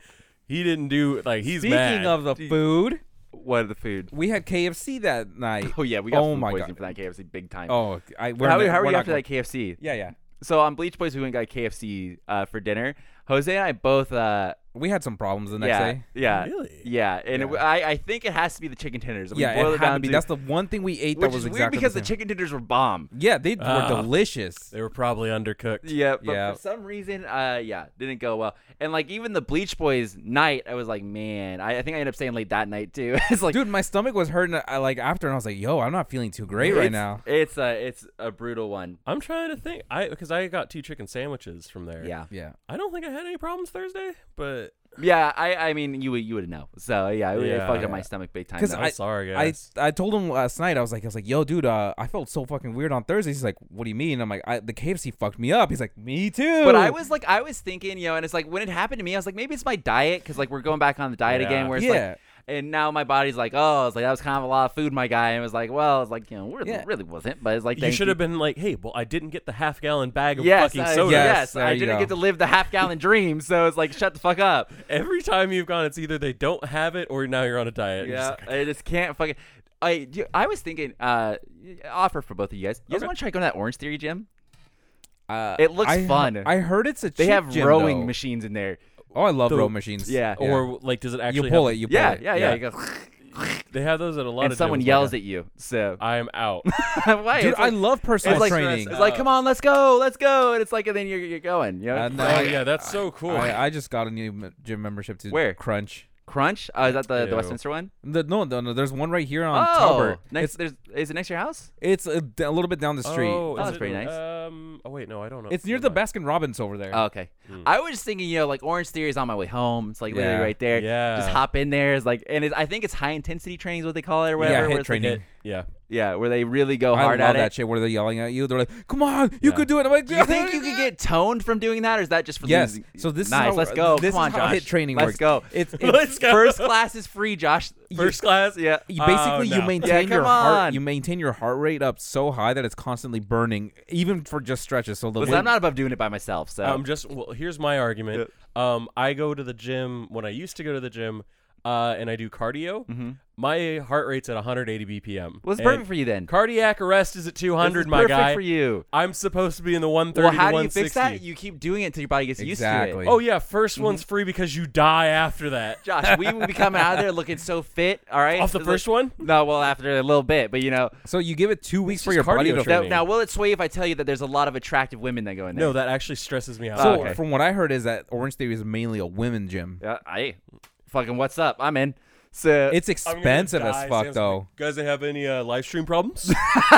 B: He didn't do like he's
C: Speaking
B: mad.
C: of the food,
A: what the food?
C: we had KFC that night.
A: Oh yeah, we got
C: Oh
A: food
C: my
A: poisoning
C: God.
A: for that KFC big time.
C: Oh, I, we're
A: how
C: not-
A: how were
C: we're
A: you
C: not
A: after
C: going-
A: that KFC?
C: Yeah, yeah.
A: So on Bleach Boys, we went and got KFC uh, for dinner. Jose and I both. Uh,
C: We had some problems the next
A: yeah,
C: day.
A: yeah,
B: Really?
A: yeah. And it- I, I think it has to be the chicken tenders. We
C: Yeah,
A: boiled
C: it had to
A: down
C: be. That's the one thing we ate
A: which
C: that was
A: is
C: exactly
A: weird because the,
C: same.
A: chicken tenders were bomb.
C: Yeah, they
B: Ah.
C: were delicious.
B: They were probably undercooked.
A: Yeah, but
C: Yeah.
A: for some reason, uh, yeah, didn't go well. And like even the Bleach Boys night, I was like, man, I, I think I ended up staying late that night too. it's like,
C: Dude, my stomach was hurting uh, like after, and I was like, "Yo, I'm not feeling too great right
A: it's-
C: now."
A: It's a it's a brutal one.
B: I'm trying to think. I because I got two chicken sandwiches from there.
A: Yeah,
C: Yeah,
B: I don't think I had any problems Thursday, but
A: yeah. I I mean you would you would know. So yeah, it, it
B: Yeah.
A: fucked up my stomach big time.
C: because
A: though.
B: I'm
C: I
B: sorry,
C: I
B: guys.
C: I told him last night. I was like, I was like, "Yo, dude, uh, I felt so fucking weird on Thursday." He's like, "What do you mean?" I'm like, I, "The KFC fucked me up." He's like, "Me too."
A: but I was like, I was thinking, you know, and it's like when it happened to me, I was like, maybe it's my diet because like we're going back on the diet
B: Yeah.
A: again, where it's
C: Yeah.
A: like, and now my body's like, oh, it's like that was kind of a lot of food, my guy, and it was like, well, it's like you know, really,
C: Yeah.
A: really wasn't, but it's like
B: you
A: thank
B: should have been like, "Hey, well, I didn't get the half gallon bag of
A: Yes,
B: fucking
A: I,
B: soda."
C: yeah.
A: yes,
C: There
A: I
C: you
A: didn't
C: go.
A: get to live the half gallon dream, so it's like shut the fuck up.
B: Every time you've gone, it's either they don't have it or now you're on a diet. You're just
A: Yeah,
B: like,
A: I just can't fucking. I do- I was thinking, uh, offer for both of you guys. You guys
B: Okay.
A: want to try going to that Orange Theory gym?
C: Uh,
A: It looks
C: I-
A: fun.
C: I heard it's a
A: They
C: cheap
A: have
C: gym,
A: rowing
C: though.
A: machines in there.
C: Oh, I love
B: The-
C: rowing machines.
A: Yeah.
B: or like, does it
C: you
B: actually?
C: pull
B: have,
C: it. You pull
A: Yeah,
C: it.
A: yeah, yeah. You go,
B: They have those at a lot
A: and
B: of.
A: someone
B: gyms,
A: yells
B: Like,
A: at you. So
B: I'm out. Oh,
A: why?
C: Dude,
A: It's like-
C: I love personal
A: it's like
C: training.
A: It's like, come on, let's go, let's go, and it's like, and then you're you're going. You know?
C: Uh, no.
B: oh yeah, that's so cool.
C: I, I just got a new m- gym membership to
A: Where?
C: Crunch.
A: Crunch? Oh, is that the, the
B: Ew.
A: Westminster one?
C: The, no, no, no, there's one right here on
A: oh,
C: Tauber.
A: next, there's is it next to your house?
C: It's a, d- a little bit down the street.
B: Oh,
A: That
B: is
A: was
B: it-
A: pretty nice.
B: Um, oh wait, no, I don't know.
C: It's near
B: Never
C: the
B: mind.
C: Baskin Robbins over there.
A: Oh, okay. I was just thinking, you know, like Orange Theory is on my way home. It's like literally
C: Hmm. Yeah.
A: right there.
B: Yeah.
A: Just hop in there. It's like, and it's, I think it's high intensity training is what they call it or whatever.
C: yeah,
A: where
C: hit
A: it's like-
C: training.
B: Yeah.
A: yeah, where they really go
C: I
A: hard
C: love
A: at
C: that
A: it.
C: shit where they're yelling at you. They're like, "Come on, you
B: Yeah.
C: could do it." I'm like,
A: Do you think you could get toned from doing that, or is that just for
C: Yes.
A: losing?
C: So this
A: nice.
C: is how,
A: Let's go.
C: This
A: Come on,
C: is how
A: Josh.
C: hit training
A: Let's
C: works.
A: go.
C: It's, it's
B: Let's go.
A: First class is free, Josh.
B: First class.
A: Yeah.
C: You basically
B: Oh,
C: you
B: no.
A: Yeah,
C: maintain your
A: come on.
C: heart you maintain your heart rate up so high that it's constantly burning even for just stretches so the
A: Listen, I'm not above doing it by myself. So
B: I'm just well. Here's my argument. Um, I go to the gym when I used to go to the gym, uh, and I do cardio. My heart rate's at 180 BPM.
A: Mm-hmm. well, it's
B: And
A: perfect for you then.
B: Cardiac arrest is at
A: This
B: 200,
A: is
B: my
A: perfect
B: guy.
A: for you.
B: I'm supposed to be in the 130
A: Well, how
B: to
A: do you fix
B: 160.
A: that? You keep doing it until your body gets used
C: Exactly.
A: to it.
B: oh yeah, 1st one's free because you die after that.
A: Josh, we will be coming out of there looking so fit. All right,
B: Off the
A: It's
B: first
A: like-
B: one?
A: No, well, after a little bit, but you know.
C: so you give it 2 weeks for
B: just
C: your body
B: cardio
C: to
B: training.
A: Now, now, will it sway if I tell you that there's a lot of attractive women that go in there?
B: No, that actually stresses me out.
C: So
A: okay.
C: from what I heard is that Orange Theory is mainly a women gym.
A: Yeah, I fucking what's up? I'm in. So
C: It's expensive as fuck though.
B: Guys, they have any uh, live stream problems?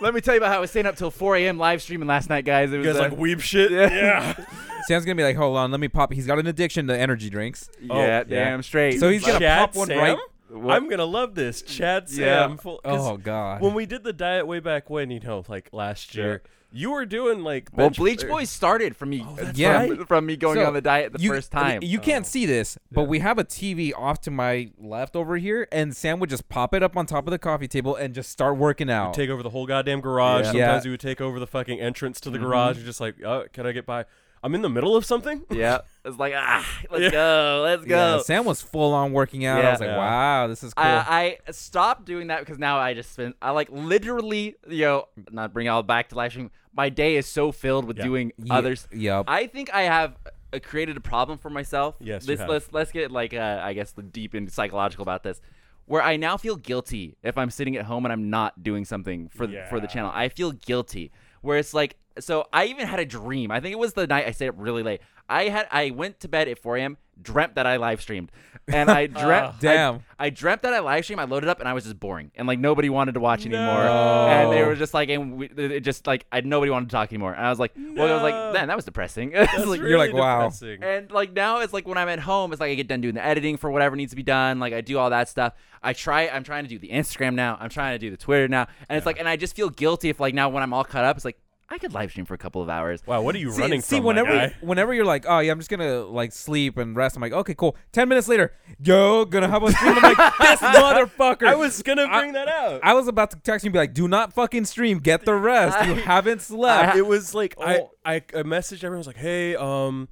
A: let me tell you about how I was staying up till 4 a.m. live streaming last night, guys. It
B: you
A: was
B: guys
A: uh,
B: like weeb shit? Yeah.
C: Sam's gonna be like, hold on, let me pop. He's got an addiction to energy drinks.
B: Oh,
A: yeah, damn straight.
C: So he's gonna
B: Chad
C: pop one
B: Sam?
C: right.
A: What?
B: I'm gonna love this, Chad
A: Yeah.
B: Sam. Full, 'cause
C: Oh god.
B: when we did the diet way back when, you know, like last year, you were doing like
A: well,
B: bench-
A: Bleach Boys started from me, uh,
B: that's
A: from,
B: right.
A: from me going
C: So,
A: on the diet the
C: you-
A: first time.
C: You can't
B: Oh.
C: see this, but we have a TV off to my left over here, and Sam would just pop it up on top of the coffee table and just start working out.
B: take over the whole goddamn garage.
C: Oh. Yeah.
B: Sometimes
C: Yeah. Mm-hmm.
B: you would take over the fucking entrance to the garage. You're just like, oh, can I get by? I'm in the middle of something.
A: yeah, it's like ah, let's
B: Yeah.
A: go, let's
C: yeah,
A: go.
C: Sam was full on working out. I
A: Yeah.
C: was like,
B: Yeah.
C: wow, this is cool.
A: I, I stopped doing that because now I just spend. I like literally, you know, not bring it all back to live stream. My day is so filled with
B: Yeah.
A: doing
C: Ye-
A: others.
C: Yep.
A: I think I have uh, created a problem for myself.
B: Yes, you
A: This,
B: have.
A: Let's let's get like uh, I guess the deep and psychological about this, where I now feel guilty if I'm sitting at home and I'm not doing something for th- for the
B: Yeah.
A: channel. I feel guilty. Where it's like, so I even had a dream. I think it was the night I stayed up really late. I had I went to bed at 4 a.m. Dreamt that I live streamed, and
B: Oh.
A: I dreamt. I-
C: Damn.
A: I dreamt that I live stream. I loaded up and I was just boring, and like nobody wanted to watch anymore.
B: No.
A: And they were just like, and we, it just like I nobody wanted to talk anymore. And I was like, well, I was
B: No.
A: like, man, that was depressing. It's
B: That's
A: like-
C: you're like,
B: really
C: wow.
B: depressing.
A: and like now it's like when I'm at home, it's like I get done doing the editing for whatever needs to be done. Like I do all that stuff. I try. I'm trying to do the Instagram now. I'm trying to do the Twitter now. And it's like, and I just feel guilty if like now when I'm all cut up, it's like I could live stream for a couple of hours.
B: Wow, what are you
C: see,
B: running
C: see
B: from, my
C: whenever
B: guy?
C: whenever you're like, oh yeah, I'm just gonna like sleep and rest. I'm like, okay, cool. Ten minutes later, yo, gonna have a stream. I'm like, this motherfucker.
B: I was gonna bring that out.
C: I was about to text you and be like, do not fucking stream. Get the rest. You haven't slept.
B: it was like
C: Oh.
B: I, I I messaged everyone. I was like, "Hey, um,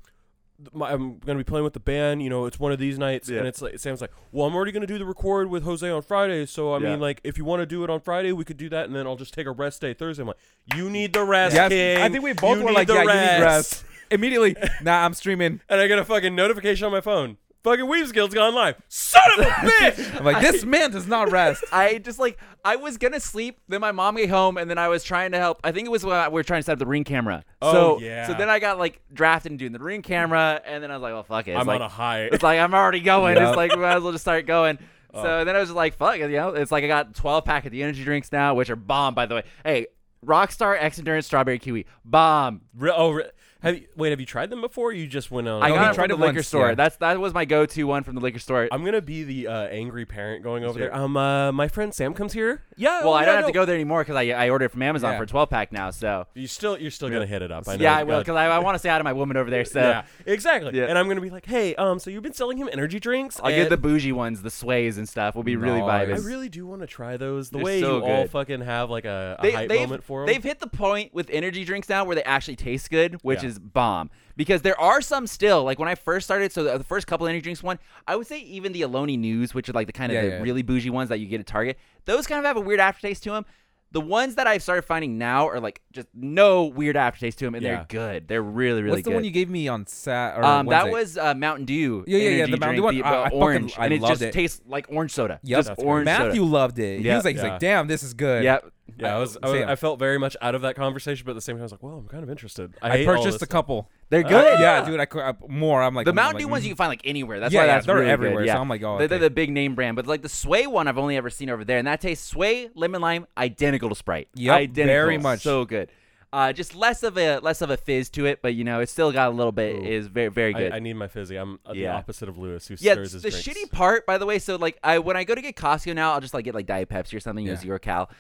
B: th- my, I'm gonna be playing with the band. You know, it's one of these nights." And it's like Sam's like, "Well, I'm already gonna do the record with Jose on Friday. So I
A: Yeah.
B: mean, like, if you want to do it on Friday, we could do that, and then I'll just take a rest day Thursday." I'm like, "You need the rest,
C: Yes,
B: king.
C: I think we both
B: You
C: were
B: need
C: like,
B: the
C: yeah, you need rest. Immediately, nah, I'm streaming.
B: And I get a fucking notification on my phone. Fucking Weaves Guild's gone live. Son of a bitch!
C: I'm like, this man does not rest.
A: I just like I was gonna sleep, then my mom came home, and then I was trying to help. I think it was when I, we were trying to set up the ring camera.
B: Oh,
A: so,
B: yeah.
A: So then I got like drafted and doing the ring camera, and then I was like, well, fuck it. It's
B: I'm
A: like,
B: on a high.
A: It's like I'm already going.
C: Yeah.
A: It's like we might as well just start going. So then I was just like, fuck, you know. It's like I got 12 pack of the energy drinks now, which are bomb, by the way. Hey, Rockstar X Endurance Strawberry Kiwi, bomb.
B: Re- oh, re- have you, wait, have you tried them before? Or you just went on.
A: I
C: he
A: got it
C: tried
A: from the
C: it
A: liquor
C: once,
A: store.
C: yeah.
A: That's that was my go-to one from the liquor store.
B: I'm gonna be the uh, angry parent going over there. Um, uh, my friend Sam comes here. Yeah.
A: well,
B: oh,
A: I
B: yeah,
A: don't have
B: no.
A: to go there anymore because I, I ordered it from Amazon
C: Yeah.
A: for a 12 pack now. So
B: You still, you're still gonna hit it up. I know.
A: yeah, I will
B: God.
A: because I, I want to stay out of my woman over there. So
B: yeah, exactly.
A: Yeah.
B: And I'm gonna be like, hey, um, so you've been selling him energy drinks.
A: I'll get
B: and
A: the bougie ones, the sways and stuff. We'll be really
C: Nice.
B: I
A: vibing.
B: really do want to try those. The
A: They're
B: way
A: so
B: you all
A: good.
B: fucking have like a, a hype
A: they've,
B: moment for them.
A: they've hit the point with energy drinks now where they actually taste good, which
B: Yeah.
A: is bomb. Because there are some still, like when I first started, so the the first couple energy drinks one, I would say even the Aloni News, which are like the kind of
C: Yeah,
A: the
C: yeah.
A: really bougie ones that you get at Target, those kind of have a weird aftertaste to them. The ones that I've started finding now are like just no weird aftertaste to them, and
B: Yeah.
A: they're good. They're really, really
C: What's
A: good.
C: the one you gave me on Sat? Or
A: um, that
C: Wednesday?
A: was uh, Mountain Dew.
C: Yeah, yeah, yeah,
A: energy
C: the Mountain
A: drink,
C: Dew
A: the,
C: one. I-
A: uh,
C: I fucking-
A: orange,
C: I
A: and it
C: loved
A: just
C: it.
A: tastes like orange soda.
C: Yep.
A: just
C: That's
B: great.
A: orange
C: Matthew
A: soda.
C: loved it. He
A: Yeah.
C: was like, he's
B: Yeah.
C: like, damn, this is good.
A: Yep.
B: yeah, I was, I was,
C: Sam.
B: I felt very much out of that conversation, but at the same time, I was like, well, I'm kind of interested. I,
C: I,
B: hate all
C: purchased
B: this
C: a couple. Uh,
A: They're good.
C: yeah, dude, I, cou- I more. I'm like
A: The
C: I'm
A: Mountain
C: like,
A: Dew ones
C: mm.
A: you can find like anywhere. That's
C: Yeah,
A: why
C: yeah,
A: that's
C: they're
A: really good,
C: everywhere,
A: Yeah.
C: so I'm like, oh,
A: they're, they're
C: okay.
A: the big name brand, but like the Sway one, I've only ever seen over there, and that tastes Sway lemon lime identical to Sprite.
C: Yep,
A: identical.
C: very much.
A: so good. Uh, just less of a less of a fizz to it, but you know, it's still got a little bit. Is very very
B: I,
A: good.
B: I need my fizzy. I'm uh, the
A: Yeah.
B: opposite of Lewis, who
A: yeah,
B: stirs
A: the
B: his drinks.
A: shitty part, by the way. So like, I when I go to get Costco now, I'll just like get like Diet Pepsi or something.
C: Yeah.
A: Use your Cal.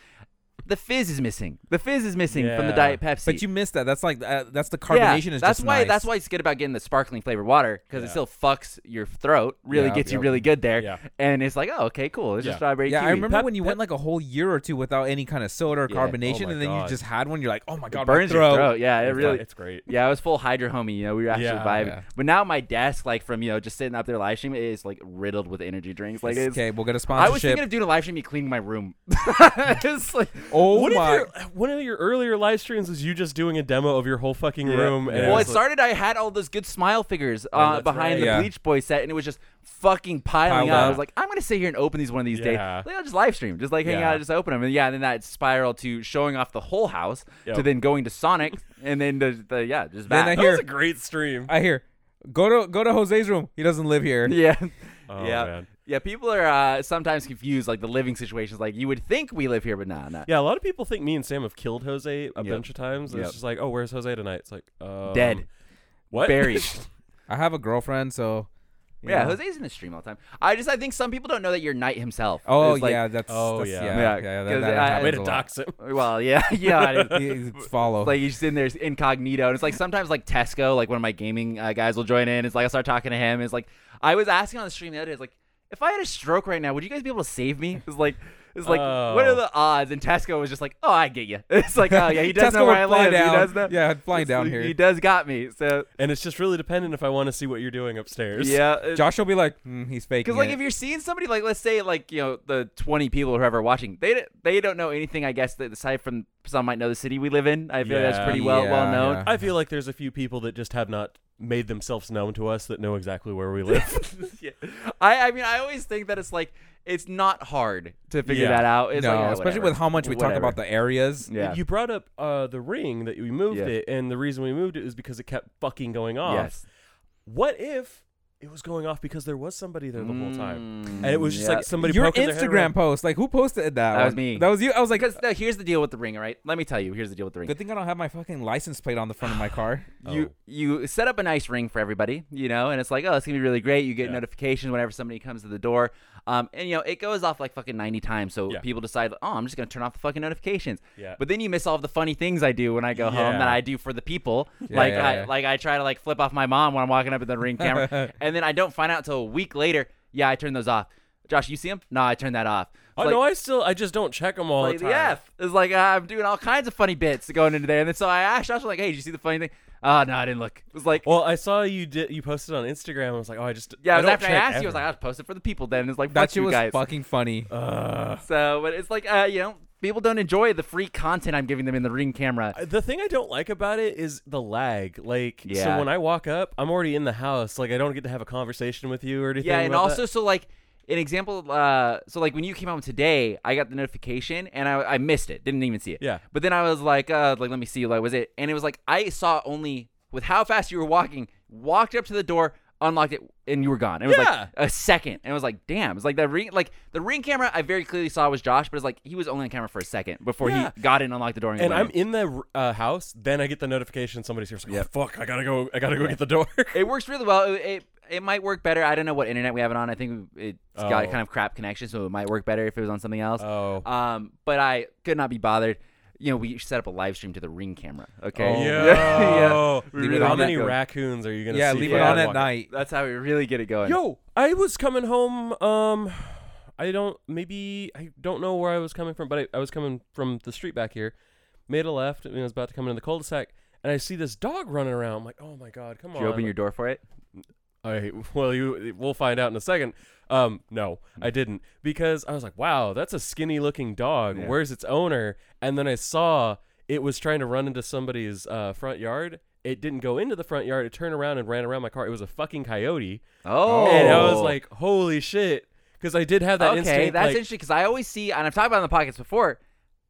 A: The fizz is missing. The fizz is missing from the
B: Yeah.
A: Diet Pepsi.
C: But you missed that. That's like uh, that's the carbonation
A: yeah,
C: is
A: that's
C: just
A: why
C: nice.
A: that's why it's good about getting the sparkling flavored water because
B: Yeah.
A: it still fucks your throat, really
C: Yeah,
A: gets you
C: yeah.
A: really good there,
B: Yeah.
A: and it's like oh okay cool, it's
B: Yeah.
A: just strawberry.
C: Yeah, I
A: kiwi.
C: remember
B: Pep-
C: when you
B: Pep-
C: went like a whole year or two without any kind of soda or
A: Yeah. Oh
C: carbonation,
B: my
C: and then
B: God.
C: you just had one. You're like, oh my god,
A: it
C: my
A: burns your throat. Yeah, it
B: It's
A: really.
B: like- it's great.
A: yeah, I was full hydro homie. You know, we were actually
B: Yeah.
A: vibing.
C: Yeah.
A: But now my desk, like from you know, just sitting up there live streaming, is like riddled with energy drinks. Like it's.
C: okay, we'll get a
A: I
C: sponsorship.
A: was thinking of doing a live stream, me cleaning my room. it's like,
C: oh
B: One
C: my.
B: of your one of your earlier live streams was you just doing a demo of your whole fucking
A: Yeah.
B: room. And
A: well,
B: was
A: it started. I had all those good smile figures uh,
B: that's
A: behind
B: right.
A: the
C: Yeah.
A: Bleach Boy set, and it was just fucking piling
C: Piled
A: up.
C: up.
A: I was like, I'm gonna sit here and open these one of these
B: Yeah.
A: days. Like, I'll just live stream, just like hang
B: Yeah.
A: out, and just open them, and yeah. And then that spiraled to showing off the whole house,
B: Yep.
A: to then going to Sonic, and then the, the yeah, just
C: Then
A: back.
C: I
B: that was
C: here.
B: a great stream.
C: I hear. Go to go to Jose's room. He doesn't live here.
A: Yeah.
B: Oh,
A: yeah.
B: man.
A: Yeah, people are uh, sometimes confused, like the living situations. Like you would think we live here, but nah, nah.
B: Yeah, a lot of people think me and Sam have killed Jose a bunch of times. and
A: Yep.
B: It's just like, oh, where's Jose tonight? It's like, um,
A: Dead.
B: What?
A: Buried.
C: I have a girlfriend, so you
A: yeah,
C: know.
A: Jose's in the stream all the time. I just I think some people don't know that you're Knight himself.
C: Oh
A: It's like-
C: yeah, that's.
B: Oh,
C: that's-
B: yeah.
C: yeah,
A: Yeah,
C: yeah. that,
A: 'cause I-
C: that
B: Way
C: happens
B: to
C: a lot.
B: dox him.
A: Well, yeah, yeah. it is.
C: He- he's follow.
A: like you just in there incognito, and it's like sometimes like Tesco, like one of my gaming uh, guys will join in. It's like I start talking to him. It's like I was asking on the stream the other day, it's like if I had a stroke right now, would you guys be able to save me? It's like it's like what are
B: Oh.
A: the odds? And Tesco was just like, oh, I get you. It's like oh yeah, he does
C: Tesco
A: know where
C: would
A: I
C: fly
A: live.
C: Down.
A: He does know.
C: Yeah, I'd fly
A: It's
C: down
A: like,
C: here.
A: He does got me. So
B: And it's just really dependent if I want to see what you're doing upstairs.
A: yeah, it's-
C: Josh will be like, mm, he's faking.
A: Because like
C: it.
A: if you're seeing somebody like let's say like you know the 20 people or whoever are watching they d- they don't know anything I guess that aside from some might know the city we live in I feel that's
B: Yeah.
A: pretty well
C: Yeah,
A: well known
C: yeah.
B: I feel like there's a few people that just have not made themselves known to us that know exactly where we live.
A: Yeah. I I mean I always think that it's like it's not hard to figure
B: Yeah.
A: that out It's
C: no,
A: like, yeah,
C: especially
A: whatever.
C: with how much we talk
A: Whatever.
C: about the areas.
A: yeah
B: You brought up uh, the ring that we moved
A: Yeah.
B: it, and the reason we moved it is because it kept fucking going off.
A: yes
B: What if it was going off because there was somebody there the whole
A: Mm,
B: time? And it was just like somebody
C: Your
B: poking their head
C: Instagram
B: around.
C: post, like who posted that?
A: That was
C: one?
A: me.
C: That was you. I was like,
A: because no, here's the deal with the ring all right let me tell you here's the deal with the ring
C: good thing I don't have my fucking license plate on the front of my car.
A: you
B: Oh.
A: you set up a nice ring for everybody, you know, and it's like, oh, it's gonna be really great. You get
B: Yeah.
A: notifications whenever somebody comes to the door, um, and you know it goes off like fucking ninety times. So
B: Yeah.
A: people decide, oh, I'm just gonna turn off the fucking notifications.
B: Yeah.
A: But then you miss all of the funny things I do when I go home that
B: Yeah.
A: I do for the people. like
C: yeah,
A: I,
C: yeah.
A: like I try to like flip off my mom when I'm walking up at the ring camera, and then I don't find out until a week later. Yeah, I turned those off. Josh, you see them? No, I turned that off. It's
B: Oh
A: like-
B: no, I still I just don't check them all
A: like
B: the
A: the,
B: time.
A: F. It's like uh, I'm doing all kinds of funny bits going into there, and then so I asked Josh like, "Hey, did you see the funny thing?" Oh, no, I didn't look. It was like,
B: Well, I saw you did you posted on Instagram. I was like, oh, I just
A: yeah, it was
B: don't
A: after I
B: check
A: asked you, I was
B: ever.
A: like, "I was posted for the people." Then it's like,
C: That
A: fuck
C: shit
A: you
C: was
A: guys.
C: fucking funny.
B: Ugh.
A: So, but it's like, uh, you know, people don't enjoy the free content I'm giving them in the ring camera.
B: the thing I don't like about it is the lag. Like,
A: Yeah.
B: so when I walk up, I'm already in the house. Like, I don't get to have a conversation with you or anything.
A: Yeah, and
B: about
A: also
B: that.
A: so like an example, uh, so like when you came home today, I got the notification and I, I missed it, didn't even see it.
B: Yeah.
A: But then I was like, uh, like let me see, like was it? And it was like I saw only with how fast you were walking, walked up to the door, unlocked it, and you were gone. It was
B: Yeah.
A: like a second, and it was like, damn, it's like the ring, like the ring camera. I very clearly saw was Josh, but it's like he was only on camera for a second before
B: Yeah.
A: he got in, unlocked the door, and,
B: and
A: went
B: I'm
A: in.
B: in the uh, house. Then I get the notification somebody's here. It's like, oh, fuck, I gotta go. I gotta go get the door.
A: It works really well. It, it it might work better. I don't know what internet we have it on. I think it's got
B: Oh.
A: kind of crap connection, so it might work better if it was on something else.
B: oh,
A: Um, but I could not be bothered. You know, we set up a live stream to the ring camera. Okay.
C: Oh.
B: yeah.
A: We
C: Leave it
A: really
B: How
C: on
A: get
B: many
A: going.
B: raccoons are you gonna?
C: yeah,
B: see
C: leave
A: you
C: it
B: while
C: on
B: I
C: at
B: walk-
C: night.
A: That's how we really get it going.
B: Yo, I was coming home. Um, I don't. Maybe I don't know where I was coming from, but I, I was coming from the street back here. Made a left, and I was about to come into the cul-de-sac, and I see this dog running around. I'm like, oh my god, come
A: Did
B: on!
A: you open your door for it?
B: I, well, you. We'll find out in a second. Um, no, I
A: Mm.
B: didn't because I was like, wow, that's a skinny-looking dog.
A: Yeah.
B: Where's its owner? And then I saw it was trying to run into somebody's uh, front yard. It didn't go into the front yard. It turned around and ran around my car. It was a fucking coyote.
A: Oh.
B: And I was like, holy shit. Because I did have that
A: okay,
B: instinct.
A: that's
B: like,
A: interesting because I always see, and I've talked about it on the podcast before.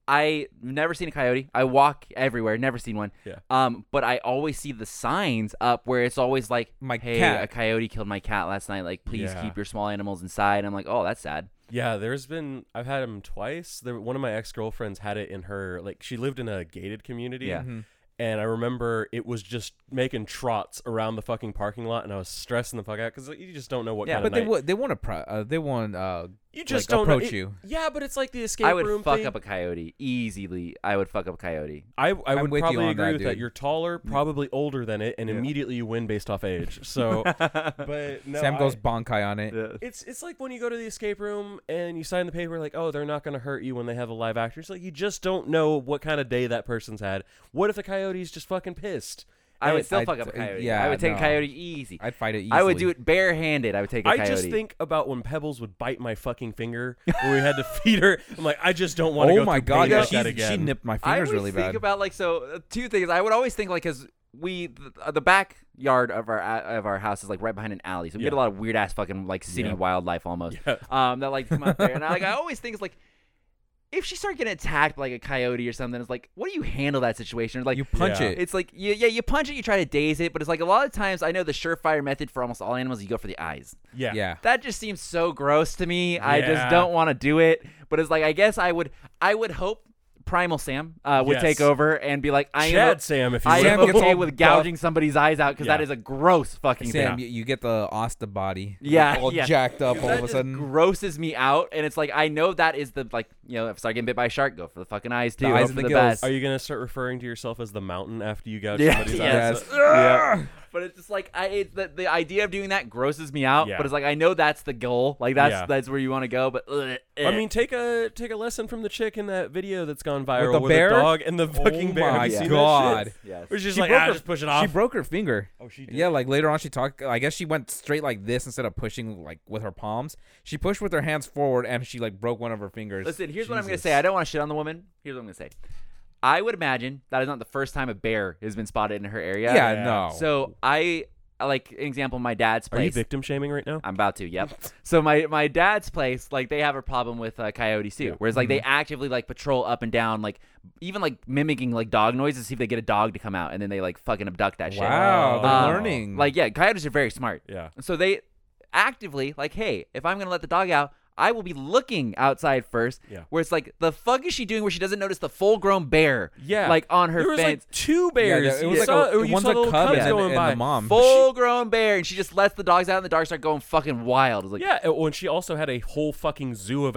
A: I've never seen a coyote. I walk everywhere, never seen one.
B: Yeah.
A: Um, but I always see the signs up where it's always like,
C: My
A: "Hey,
C: cat."
A: a coyote killed my cat last night. Like, please
B: Yeah.
A: keep your small animals inside." And I'm like, "Oh, that's sad."
B: Yeah, there's been, I've had them twice. There, one of my ex girlfriends had it in her, like, she lived in a gated community.
C: Mm-hmm.
A: Yeah.
B: And I remember it was just making trots around the fucking parking lot, and I was stressing the fuck out because you just don't know what
A: Yeah.
B: kind
C: But
B: of
C: they
B: night-
C: will. They want to. Pro- uh, they want. Uh,
B: you just
C: like,
B: don't know-
C: approach
B: it-
C: you.
B: Yeah, but it's like the escape
A: I would
B: room
A: fuck
B: thing.
A: up a coyote easily. I would fuck up a coyote.
B: I, I would
C: with you
B: probably
C: on
B: agree
C: that,
B: with that.
C: dude.
B: You're taller, probably older than it, and immediately you win based off age. So, but no,
C: Sam
B: I-
C: goes bonkai on it.
B: It's it's like when you go to the escape room and you sign the paper like, oh, they're not gonna hurt you when they have a live actor. It's like you just don't know what kind of day that person's had. What if the coyote's just fucking pissed?
A: I would
B: And
A: still
C: I'd-
A: fuck up a coyote.
C: yeah,
A: I would take a
C: no.
A: coyote easy.
C: I'd fight it. Easily.
A: I would do it barehanded. I would take a
B: I
A: coyote.
B: just think about when Pebbles would bite my fucking finger when we had to feed her. I'm like, I just don't want to
C: Oh
B: go
C: my
B: through pain
C: god! Yeah,
B: like that
C: she,
B: again.
C: she nipped my
A: I
C: fingers
A: always
C: really
A: think
C: bad.
A: about like so uh, two things. I would always think like because we th- uh, the backyard of our a- of our house is like right behind an alley, so we get a
B: Yeah.
A: lot of weird ass fucking like city
B: Yeah.
A: wildlife almost.
B: Yeah.
A: Um, that like come out there, and I like I always think it's like if she started getting attacked by like a coyote or something, it's like, what do you handle that situation? Or, like
C: You punch
B: Yeah.
C: it.
A: It's like you, yeah, you punch it, you try to daze it, but it's like a lot of times I know the surefire method for almost all animals, you go for the eyes.
B: Yeah.
C: yeah.
A: That just seems so gross to me. I
B: Yeah.
A: just don't want to do it. But it's like I guess I would, I would hope Primal Sam uh, would
B: Yes.
A: take over and be like, I am,
B: Chad Sam, if you
A: I
B: will.
A: am
C: Sam gets
A: okay
C: all
A: with
C: buff.
A: gouging somebody's eyes out because
B: Yeah.
A: that is a gross fucking
C: Sam,
A: thing.
C: you, you get the Asta body.
A: Yeah,
C: All
A: yeah.
C: jacked up all
A: that
C: of a
A: just
C: sudden.
A: grosses me out, and it's like I know that is the like you know if I start getting bit by a shark, go for the fucking eyes too.
C: eyes
A: Those
C: and
A: are the
C: the gills.
A: best.
B: Are you gonna start referring to yourself as the mountain after you gouge
A: Yeah.
B: somebody's
A: Yes.
B: eyes?
C: Yeah.
A: But it's just like I it, the, the idea of doing that grosses me out.
B: Yeah.
A: But it's like I know that's the goal. Like that's
B: Yeah.
A: that's where you want to go. But ugh,
B: I
A: eh.
B: mean, take a take a lesson from the chick in that video that's gone viral
C: the
B: with
C: bear? Oh
B: a dog and the fucking bear. Have
C: my
B: you seen that shit?
C: God.
A: Yes.
B: Which is
C: She
B: like,
C: broke
B: ah,
C: her-
B: just push it
C: She
B: off.
C: broke her finger.
B: oh, she
C: Yeah, like later on, she talked. I guess she went straight like this instead of pushing like with her palms. She pushed with her hands forward, and she like broke one of her fingers.
A: listen, here's what I'm gonna
C: Jesus.
A: say. I don't want to shit on the woman. Here's what I'm gonna say. I would imagine that is not the first time a bear has been spotted in her area.
C: Yeah, no.
A: So I like an example. My dad's
B: Are you
A: place.
B: victim shaming right now?
A: I'm about to. Yep. so my my dad's place, like they have a problem with uh, coyotes too. Whereas like they
C: Mm-hmm.
A: actively like patrol up and down, like even like mimicking like dog noises to see if they get a dog to come out, and then they like fucking abduct that shit.
C: wow, they're
A: Um,
C: learning.
A: Like yeah, coyotes are very smart.
B: Yeah.
A: So they actively like, hey, if I'm gonna let the dog out. I will be looking outside first.
B: Yeah.
A: Where it's like, the fuck is she doing? Where she doesn't notice the full-grown bear.
B: Yeah.
A: Like on her
B: there was
A: fence.
B: like two
C: yeah,
B: bears.
C: yeah, it was
B: you
C: like
B: saw,
C: a,
B: you
C: one's
B: saw
C: a
B: the little
C: cub
B: cubs
C: and,
B: going
C: and
B: by.
C: the mom.
A: full-grown bear, and she just lets the dogs out, and the dogs start going fucking wild. It's like,
B: Yeah, and when she also had a whole fucking zoo of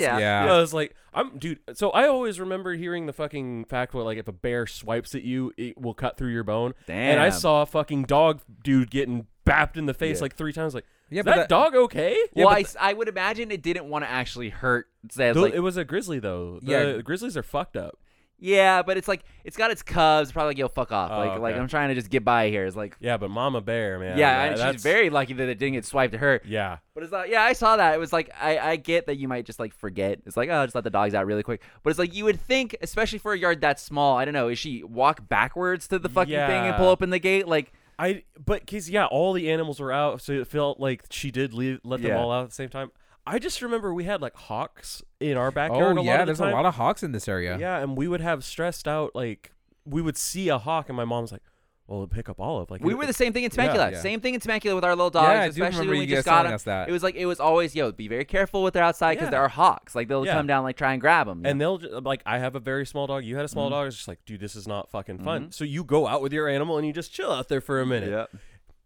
A: Yeah.
C: Yeah.
B: I was like, I'm dude. So I always remember hearing the fucking fact where like if a bear swipes at you, it will cut through your bone. And I
A: Damn.
B: saw a fucking dog dude getting bapped in the face like three times. Like,
C: Yeah,
B: is
C: but
B: that,
C: that-
B: dog okay?
A: well, I, I would imagine it didn't want to actually hurt. Says
B: Though
A: like,
B: it was a grizzly though. The
C: Yeah.
B: grizzlies are fucked up.
A: yeah, but it's like it's got its cubs. Probably like yo, fuck off.
B: Oh,
A: like like
B: okay.
A: I'm trying to just get by here. It's like
B: Yeah, but mama bear, man.
A: yeah, and
B: that's,
A: she's very lucky that it didn't get swiped to her.
B: Yeah,
A: But it's like yeah, I saw that. It was like I I get that you might just like forget. It's like oh, just let the dogs out really quick. But it's like you would think, especially for a yard that small. I don't know. Is she walk backwards to the fucking thing and
B: Yeah.
A: pull open the gate? Like
B: I but cause yeah, all the animals were out, so it felt like she did leave, let them
A: Yeah.
B: all out at the same time. I just remember we had like hawks in our backyard.
C: Oh
B: a lot
C: yeah,
B: of the
C: there's
B: time.
C: a lot of hawks in this area.
B: Yeah, and we would have stressed out like we would see a hawk, and my mom's like, "Well, it'll pick up Olive." Like
A: We
B: it-
A: were
B: it-
A: the same thing in Temecula.
C: yeah.
A: Same thing in Temecula with our little dogs,
C: Yeah, I do
A: especially
C: remember
A: when
C: you
A: we
C: guys
A: just got
C: telling
A: them.
C: us that.
A: It was like it was always yo, be very careful with their outside because
B: Yeah.
A: there are hawks. Like they'll
B: Yeah.
A: come down like try and grab them.
B: And they'll ju- like, I have a very small dog. You had a
C: Mm-hmm.
B: small dog. It's just like, dude, this is not fucking fun. So you go out with your animal and you just chill out there for a minute.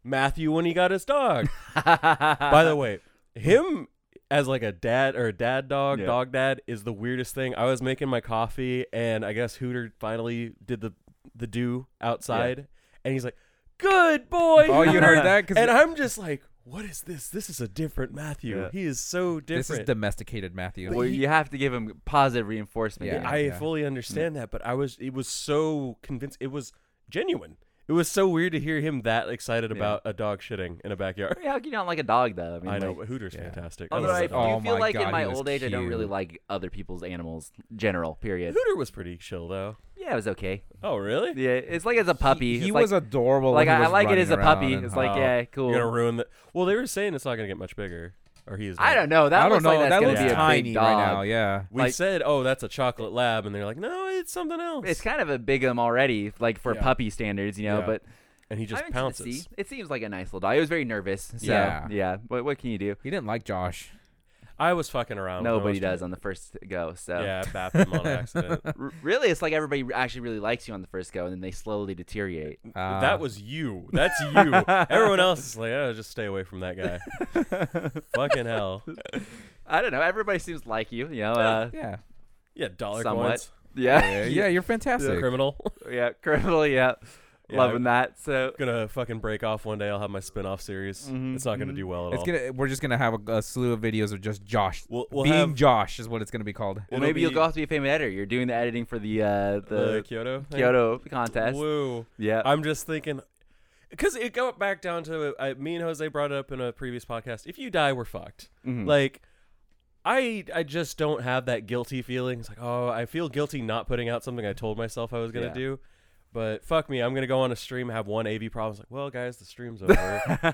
B: Matthew, when he got his dog. By the way, him as like a dad or a dad dog,
A: Yeah.
B: dog dad is the weirdest thing. I was making my coffee, and I guess Hooter finally did the the do outside, and he's like, "Good boy."
C: Oh, you
B: Hooter."
C: heard that? 'Cause
B: and I'm just like, what is this? This is a different Matthew.
A: Yeah.
B: He is so different.
C: this is domesticated Matthew.
A: well, you have to give him positive reinforcement.
C: Yeah.
A: you know?
B: I
C: yeah. Mm.
B: fully understand that, but I was it was so convinced it was genuine. It was so weird to hear him that excited about a dog shitting in a backyard.
A: How can you not like a dog though? I, mean,
B: I know,
A: like-
B: but Hooter's
C: yeah.
B: fantastic. I
A: although
B: love
A: I
B: that
A: do
B: dog.
C: Oh
A: feel
C: my
A: like
C: God,
A: in my
C: he was
A: old age, I don't really
C: cute.
A: like other people's animals. General period.
B: Hooter was pretty chill though.
A: Yeah, it was okay.
B: Oh really?
A: Yeah, it's like as a puppy.
C: He, he
A: it's
C: was
A: like,
C: adorable.
A: like
C: when he
A: I, I
C: was
A: like it
C: running
A: as a
C: around
A: puppy.
C: and-
A: It's like
B: Oh,
A: yeah,
B: You're gonna
A: cool.
B: ruin the. Well, they were saying it's not gonna get much bigger, or he is.
A: I don't know. That
C: I don't
A: looks
C: know.
A: like that's
C: that
A: gonna
C: looks
A: be a big
C: tiny right
A: dog.
C: now. Yeah.
B: We
A: like-
B: said, oh, that's a chocolate lab, and they're like, no, it's something else.
A: It's kind of a big um already, like for
B: Yeah.
A: puppy standards, you know.
B: Yeah.
A: But
B: and he just
A: I'm interested to
B: pounces.
A: see. It seems like a nice little dog. He was very nervous. So,
C: Yeah.
A: yeah. What, what can you do?
C: He didn't like Josh.
B: I was fucking around. when I
A: Nobody
B: was
A: does
B: doing-
A: on the first go. So
B: Yeah, I bapped him on accident.
A: R- really, it's like everybody actually really likes you on the first go, and then they slowly deteriorate.
C: Uh,
B: that was you. That's you. Everyone else is like, oh, just stay away from that guy. Fucking hell.
A: I don't know. Everybody seems to like you. You know. Uh,
C: yeah.
B: Yeah, dollar
A: Somewhat.
B: coins.
A: yeah.
C: Yeah, you're fantastic.
B: Criminal.
A: yeah. Criminal. Yeah.
B: Yeah,
A: Loving that. Mm-hmm, So.
B: gonna fucking break off one day. I'll have my spin off series. It's not gonna do well at
C: It's
B: all.
C: gonna. We're just gonna have a, a slew of videos of just Josh.
B: We'll- we'll
C: Being
B: have-
C: Josh is what it's gonna be called.
A: Well,
B: It'll
A: maybe you'll
B: be-
A: go off to be a famous editor. You're doing the editing for the uh,
B: the
A: the
B: Kyoto. thing?
A: Kyoto contest.
B: Woo.
A: Yeah.
B: I'm just thinking, because it got back down to I, me and Jose brought it up in a previous podcast. If you die, we're fucked.
A: Hmm. Mm-hmm.
B: Like, I I just don't have that guilty feeling. It's like, oh, I feel guilty not putting out something I told myself I was gonna
A: Yeah.
B: do. But fuck me, I'm gonna go on a stream, have one AV problem. It's like, well, guys, the stream's over.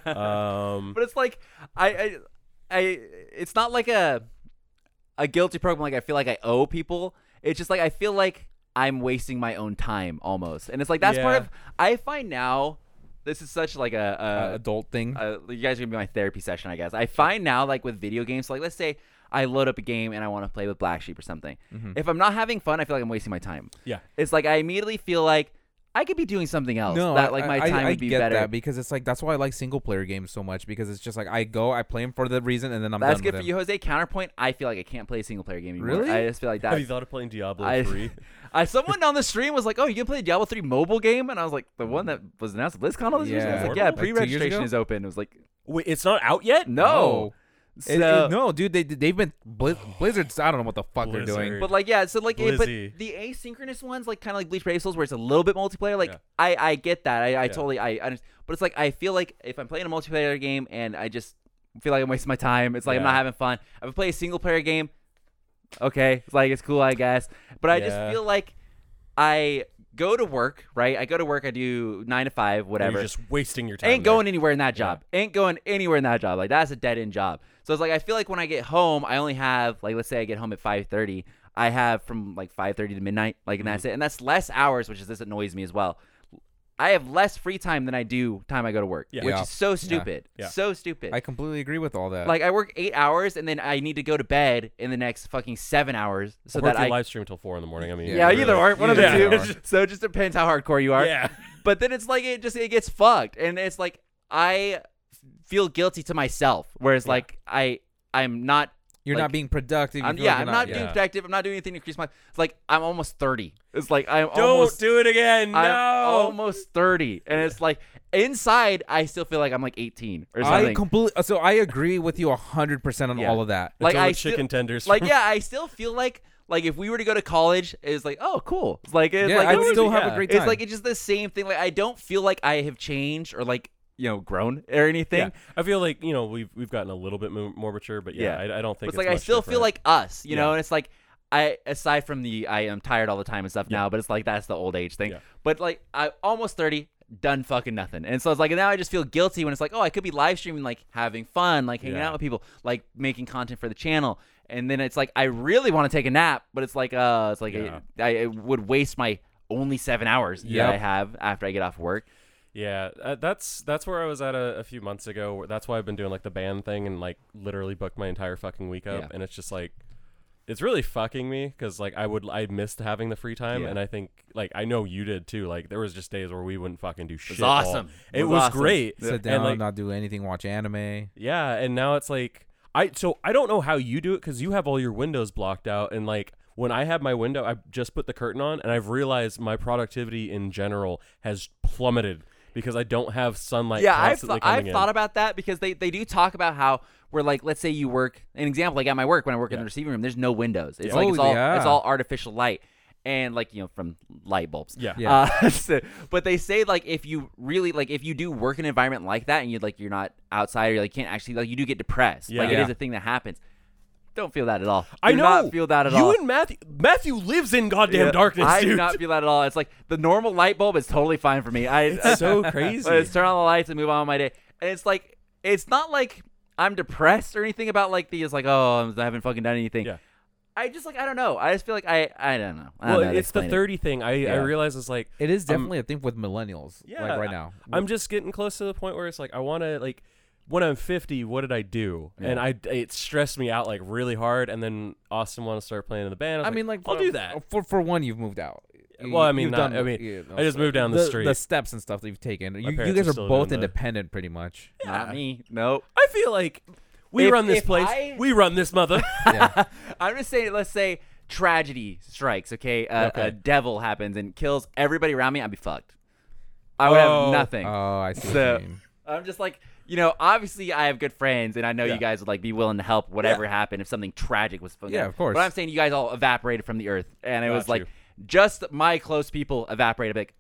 B: um,
A: but it's like I, I, I, it's not like a a guilty program like I feel like I owe people. It's just like I feel like I'm wasting my own time almost, and it's like that's part
B: Yeah.
A: of I find now. This is such like
C: uh,
A: a,
C: adult thing.
A: a, a you guys are gonna be my therapy session, I guess. I find now like with video games, like let's say I load up a game and I want to play with Black Sheep or something.
C: Mm-hmm.
A: If I'm not having fun, I feel like I'm wasting my time.
B: Yeah.
A: It's like I immediately feel like I could be doing something else.
C: no, I-
A: that like my
C: I- I-
A: time
C: I
A: would be
C: get
A: better.
C: that because it's like that's why I like single player games so much because it's just like I go, I play them for the reason, and then I'm
A: That's
C: done
A: good
C: with
A: for
C: them.
A: you, Jose. Counterpoint: I feel like I can't play a single player game anymore.
C: Really?
A: I just feel like
B: Have you
A: that.
B: thought of playing Diablo
A: I-
B: 3?
A: I someone on the stream was like, "Oh, you can play Diablo 3 mobile game," and I was like, "The one that was announced at BlizzCon all this years?" ago?" I was
C: Yeah.
A: like, "Yeah,
B: Like
C: two years
A: pre-registration
C: ago?
A: is open." It was like,
B: Wait, it's not out yet?
A: "No."
C: It- it-
A: Oh, So-
C: no, dude, they they've been Blizz, Blizzard's. I don't know what the fuck they're doing.
B: Blizzard.
A: But like yeah, so like it, but
B: Blizzy.
A: the asynchronous ones, like kind of like Bleach Brave Souls, where it's a little bit multiplayer. Like
B: Yeah.
A: I I get that. I, I totally I understand. But it's like I feel like if I'm playing a multiplayer game and I just feel like I'm wasting my time, it's like I'm
B: Yeah.
A: not having fun. If I play a single player game, okay, it's like it's cool, I guess. But I just
B: Yeah.
A: feel like I go to work, right? I go to work. I do nine to five,
B: And
A: whatever.
B: You're just wasting your time.
A: Ain't
B: there.
A: going anywhere in that job. Ain't going anywhere in that job. Like that's a dead end job. So it's like I feel like when I get home, I only have like let's say I get home at five thirty. I have from like five thirty to midnight. Like and that's
B: Mm-hmm.
A: it. And that's less hours, which is this annoys me as well. I have less free time than I do time I go to work.
B: Yeah.
A: Which
C: Yeah.
A: is so stupid.
B: Yeah.
A: So stupid.
C: I completely agree with all that.
A: like I work eight hours and then I need to go to bed in the next fucking seven hours so
B: Or
A: that
B: if you
A: I
B: live stream till 4 in the morning. I mean,
A: yeah,
B: really.
A: either or one of the
B: Yeah.
A: two. so it just depends how hardcore you are.
B: Yeah.
A: But then it's like it just it gets fucked, and it's like I feel guilty to myself, whereas like I I'm not.
C: You're
A: like-
C: not being productive. you
A: I'm,
C: feel
A: yeah,
C: like
A: I'm
C: you're
A: not
C: yeah.
A: being
B: yeah.
A: productive. I'm not doing anything to increase my. It's like I'm almost thirty. It's like I'm
B: Don't
A: almost.
B: do it again. No.
A: I'm almost thirty, and it's like inside I still feel like I'm like eighteen or something.
C: I completely. So I agree with you hundred percent on
A: Yeah.
C: all of that.
A: like
B: Until the
A: I still-
B: chicken tenders.
A: Like yeah, I still feel like like if we were to go to college, it's like oh cool. It's like it's
C: yeah,
A: like
C: I'd
A: it would
C: still
A: be-
C: have
B: yeah.
C: a great time.
A: It's like it's just the same thing. Like I don't feel like I have changed or like you know grown or anything.
B: Yeah. I feel like, you know, we've we've gotten a little bit mo- more mature, but yeah,
A: Yeah.
B: I, I don't think
A: But it's like I
B: much
A: still feel
B: different.
A: like us, you know.
B: Yeah.
A: And it's like I aside from the I am tired all the time and stuff now, but it's like that's the old age thing.
B: Yeah.
A: But like I almost thirty, done fucking nothing, and so it's like now I just feel guilty when it's like oh I could be live streaming, like having fun, like hanging
B: Yeah.
A: out with people, like making content for the channel. And then it's like I really want to take a nap, but it's like uh, it's like
B: Yeah.
A: I, I it would waste my only seven hours
C: Yep.
A: that I have after I get off work.
B: Yeah, uh, that's that's where I was at a, a few months ago. where- That's why I've been doing like the band thing and like literally booked my entire fucking week up.
A: Yeah.
B: And it's just like, it's really fucking me because like I would I missed having the free time,
A: Yeah.
B: and I think like I know you did too. Like there was just days where we wouldn't fucking do shit. all.
A: awesome. It
B: It
A: was
B: was
A: awesome.
B: great.
C: sit
B: And,
C: down,
B: like,
C: not do anything, watch anime.
B: yeah, and now it's like I so I don't know how you do it because you have all your windows blocked out, and like when I have my window, I just put the curtain on, and I've realized my productivity in general has plummeted because I don't have sunlight.
A: yeah, I've,
B: constantly
A: I've
B: coming in.
A: thought about that because they, they do talk about how we're like, let's say you work, an example, like at my work, when I work in the receiving room, there's no windows. It's like,
C: Oh,
A: it's all,
C: yeah.
A: it's all artificial light. And like, you know, from light bulbs.
B: Yeah.
C: Yeah.
A: Uh, so- but they say like, if you really, like, if you do work in an environment like that and you like, you're not outside or you like, can't actually, like, you do get depressed. Like, it
B: Yeah.
A: is a thing that happens. Don't feel that at all.
B: I
A: do
B: know.
A: not feel that at all.
B: You and Matthew. Matthew lives in goddamn
A: Yeah,
B: darkness,
A: I do
B: dude.
A: not feel that at all. It's like the normal light bulb is totally fine for me. I
B: It's so crazy.
A: Let's turn on the lights and move on with my day. And it's like it's not like I'm depressed or anything about like the it's like oh I haven't fucking done anything.
B: Yeah.
A: I just like I don't know. I just feel like I I don't know. I don't
B: well,
A: know how to
B: it's the
A: explain it.
B: 30 thing. I, I
A: Yeah.
B: realize it's like
C: It is
B: I'm-
C: definitely a thing with millennials.
B: Um, yeah,
C: like right now.
B: I'm just getting close to the point where it's like I want to like when I'm 50, what did I do? And I it stressed me out like really hard. And then Austin wanted to start playing in the band. I, was
C: I mean, like
B: I'll
C: for-
B: do
A: oh.
B: that.
C: for for one. You've moved out. You-
B: Well, I mean,
C: you've
B: not-
C: done-
B: I mean,
C: yeah, no,
B: I just
C: sorry.
B: moved down the street.
C: The steps and stuff that you've taken. You, you
B: parents
C: guys
B: are
C: are
B: still
C: both
B: doing the-
C: independent, pretty much.
A: Not me. Nope.
B: I feel like we
A: If-
B: run this
A: if
B: place.
A: I-
B: We run this mother.
A: I'm just saying. Let's say tragedy strikes. Okay? Uh,
B: Okay.
A: a devil happens and kills everybody around me. I'd be fucked. I would
B: Oh.
A: have nothing.
C: Oh, I see.
A: So-
C: what you mean.
A: I'm just like, you know, obviously I have good friends, and I know
B: Yeah.
A: you guys would like be willing to help whatever happened if something tragic was.
C: Yeah, of course.
A: But I'm saying you guys all evaporated from the earth, and it was
B: Got
A: like
B: you.
A: just my close people evaporated. Like,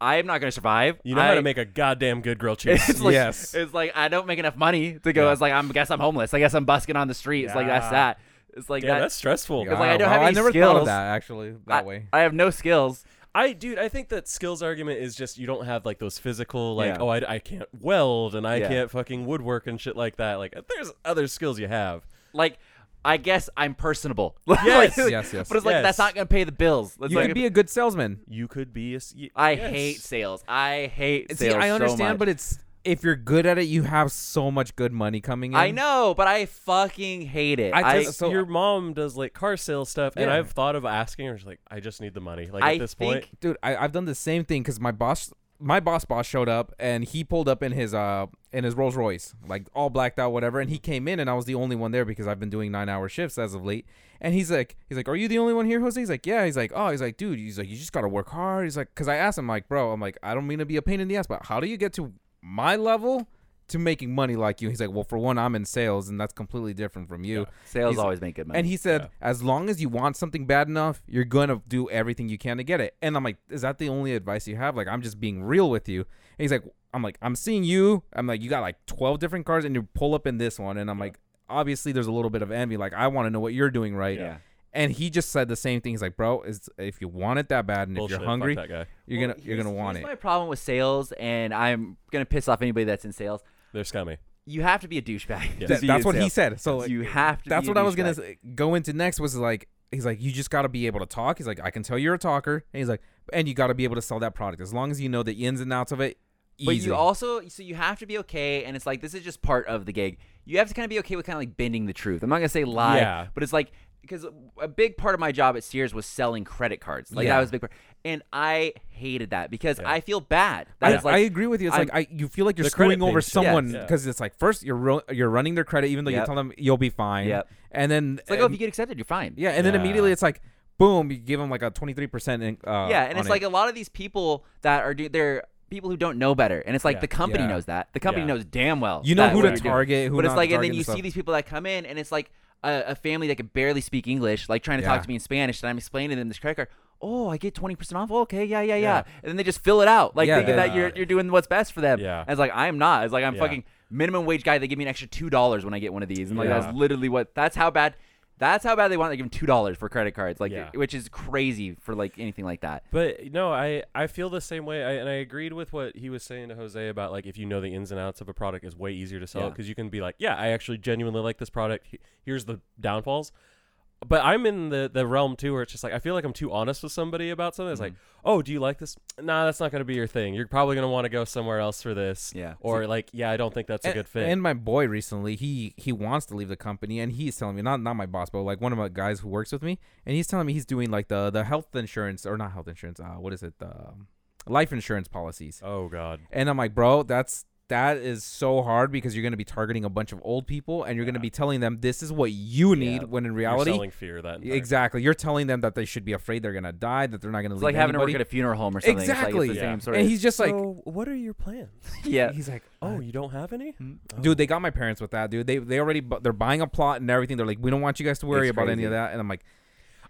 A: I am not going to survive.
B: You know how
A: I-
B: to make a goddamn good grilled
A: It's
B: cheese.
A: like,
C: Yes.
A: It's like I don't make enough money to go.
B: Yeah.
A: It's like I'm I guess I'm homeless. I guess I'm busking on the street. It's like that's
B: Yeah.
A: that. It's like
B: yeah,
A: that-
B: that's stressful.
A: like I
C: Wow,
A: don't have
C: wow,
A: any
C: I never thought
A: skills.
C: of that actually that
A: I-
C: way.
A: I have no skills.
B: I dude, I think that skills argument is just you don't have like those physical like
A: Yeah.
B: oh I, I can't weld and I
A: Yeah.
B: can't fucking woodwork and shit like that. Like there's other skills you have.
A: Like I guess I'm personable.
B: Yes.
C: Yes, yes.
A: But it's like
B: Yes.
A: that's not gonna pay the bills. That's
C: You
A: like,
C: could be a good salesman.
B: You could be a. s- y-
A: I
B: yes.
A: hate sales. I hate
C: See,
A: sales.
C: I
A: so
C: understand,
A: much.
C: but it's if you're good at it, you have so much good money coming in.
A: I know, but I fucking hate it.
C: I
A: I,
C: just-
B: So your mom does like car sales stuff, and
C: Yeah.
B: I've thought of asking her. She's like, I just need the money. Like
A: I
B: at this
A: think-
B: point,
C: dude I, i've done the same thing because my boss my boss boss showed up and he pulled up in his uh in his rolls royce like all blacked out whatever and he came in and i was the only one there because i've been doing nine hour shifts as of late and he's like he's like are you the only one here jose he's like yeah he's like oh he's like dude he's like you just gotta work hard he's like because i asked him like bro i'm like i don't mean to be a pain in the ass but how do you get to my level to making money like you he's like well for one i'm in sales and that's completely different from you
A: sales
C: he's-
A: always make good money.
C: and he said, as long as you want something bad enough, you're going to do everything you can to get it. And I'm like, is that the only advice you have? Like, I'm just being real with you. And he's like, I'm like, I'm seeing you. I'm like, you got like 12 different cars and you pull up in this one. And I'm like, obviously, there's a little bit of envy. Like, I want to know what you're doing right.
A: Yeah.
C: And he just said the same thing. He's like, bro, is if you want it that bad and
B: bullshit.
C: if
B: fuck
C: you're hungry,
B: that guy.
C: you're
A: Well,
C: gonna you're gonna
A: here's-
C: want it.
A: here's my problem with sales, and I'm gonna piss off anybody that's in sales.
B: They're scummy.
A: You have to be a douchebag. to
C: That-
A: be
C: that's
A: in
C: what he
A: sales.
C: said. So like,
A: you have to.
C: that's
A: be a
C: what I was gonna
A: douchebag.
C: s- go into next was like he's like you just got to be able to talk. He's like I can tell you're a talker, and he's like and you got to be able to sell that product as long as you know the ins and outs of it.
A: But
C: easy.
A: you also, so you have to be okay, and it's like this is just part of the gig. You have to kind of be okay with kind of like bending the truth. I'm not gonna say lie,
B: Yeah.
A: but it's like because a big part of my job at Sears was selling credit cards. Like
C: Yeah.
A: that was a big part, and I hated that because I feel bad. That
C: I,
A: it's like
C: I agree with you. It's
A: I'm-
C: like I you feel like you're
B: The credit
C: screwing over
B: thing, too. Yeah.
C: someone
B: Yeah.
C: because it's like first you're ru- you're running their credit even though you
A: Yep.
C: tell them you'll be fine.
A: Yep.
C: And then
A: it's like oh, if
C: and-
A: you get accepted, you're fine.
C: yeah, and then
B: Yeah.
C: immediately it's like boom, you give them like a twenty three percent. uh,
A: yeah, and it's like a lot of these people that are do they're people who don't know better, and it's like
B: Yeah.
A: the company
C: Yeah.
A: knows that. The company
B: Yeah.
A: knows damn well.
C: You know
A: that
C: who
A: what
C: to
A: you're doing.
C: target, who
A: but
C: not
A: it's
C: to
A: like, and
C: target
A: then
C: and
A: you see
C: stuff.
A: these people that come in, and it's like a, a family that could barely speak English, like trying to
C: Yeah.
A: talk to me in Spanish, and I'm explaining to them this credit card. Oh, I get twenty percent off. Okay, yeah, yeah, yeah, And then they just fill it out, like
C: Yeah,
A: thinking
C: they-
A: that you're you're doing what's best for them.
B: Yeah.
A: And it's like I am not. It's like I'm
B: Yeah.
A: fucking minimum wage guy. They give me an extra two dollars when I get one of these, and like
B: Yeah.
A: that's literally what. That's how bad. That's how bad they want. They give them two dollars for credit cards, like
B: Yeah.
A: which is crazy for like anything like that.
B: But no, I I feel the same way, I, and I agreed with what he was saying to Jose about like if you know the ins and outs of a product, it's way easier to sell
A: Yeah.
B: because you can be like, yeah, I actually genuinely like this product. He- Here's the downfalls. But I'm in the the realm too where it's just like I feel like I'm too honest with somebody about something. It's like, oh, do you like this? Nah, that's not gonna be your thing. You're probably gonna want to go somewhere else for this.
A: Yeah.
B: Or like, yeah, I don't think that's a
C: and,
B: good fit.
C: and my boy recently, he he wants to leave the company, and he's telling me not not my boss, but like one of my guys who works with me, and he's telling me he's doing like the the health insurance or not health insurance, uh, what is it, the um, life insurance policies.
B: oh God.
C: And I'm like, bro, that's that is so hard because you're gonna be targeting a bunch of old people, and you're gonna be telling them this is what you need when in
B: You're
C: reality.
B: selling fear that entire-
C: Exactly, you're telling them that they should be afraid they're gonna die, that they're not gonna
A: It's like
C: leave.
A: having to work
C: anybody.
A: at a funeral home or something. It's like
C: Exactly.
A: It's the
B: Yeah.
A: same sort
C: and
A: of,
C: he's just like,
B: so what are your plans?
A: yeah.
C: he's like,
B: Oh, you don't have any?
C: dude they got my parents with that dude they they already bu- they're buying a plot and everything they're like we don't want you guys to worry
A: It's
C: about any
A: crazy.
C: of that and i'm like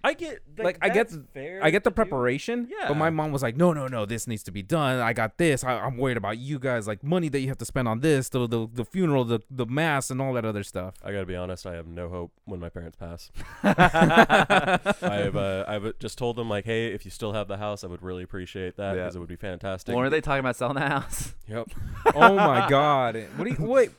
B: I get
C: like i get
B: that's fair
C: i get the
B: to do.
C: preparation
B: Yeah.
C: but my mom was like no no no this needs to be done i got this I, i'm worried about you guys like money that you have to spend on this the the, the funeral the, the mass and all that other stuff
B: I gotta be honest. I have no hope when my parents pass. I have. Uh, I've just told them like, hey, if you still have the house, I would really appreciate that
A: Yeah.
B: because it would be fantastic.
A: When were they talking about selling the house?
B: Yep.
C: oh my god what do you wait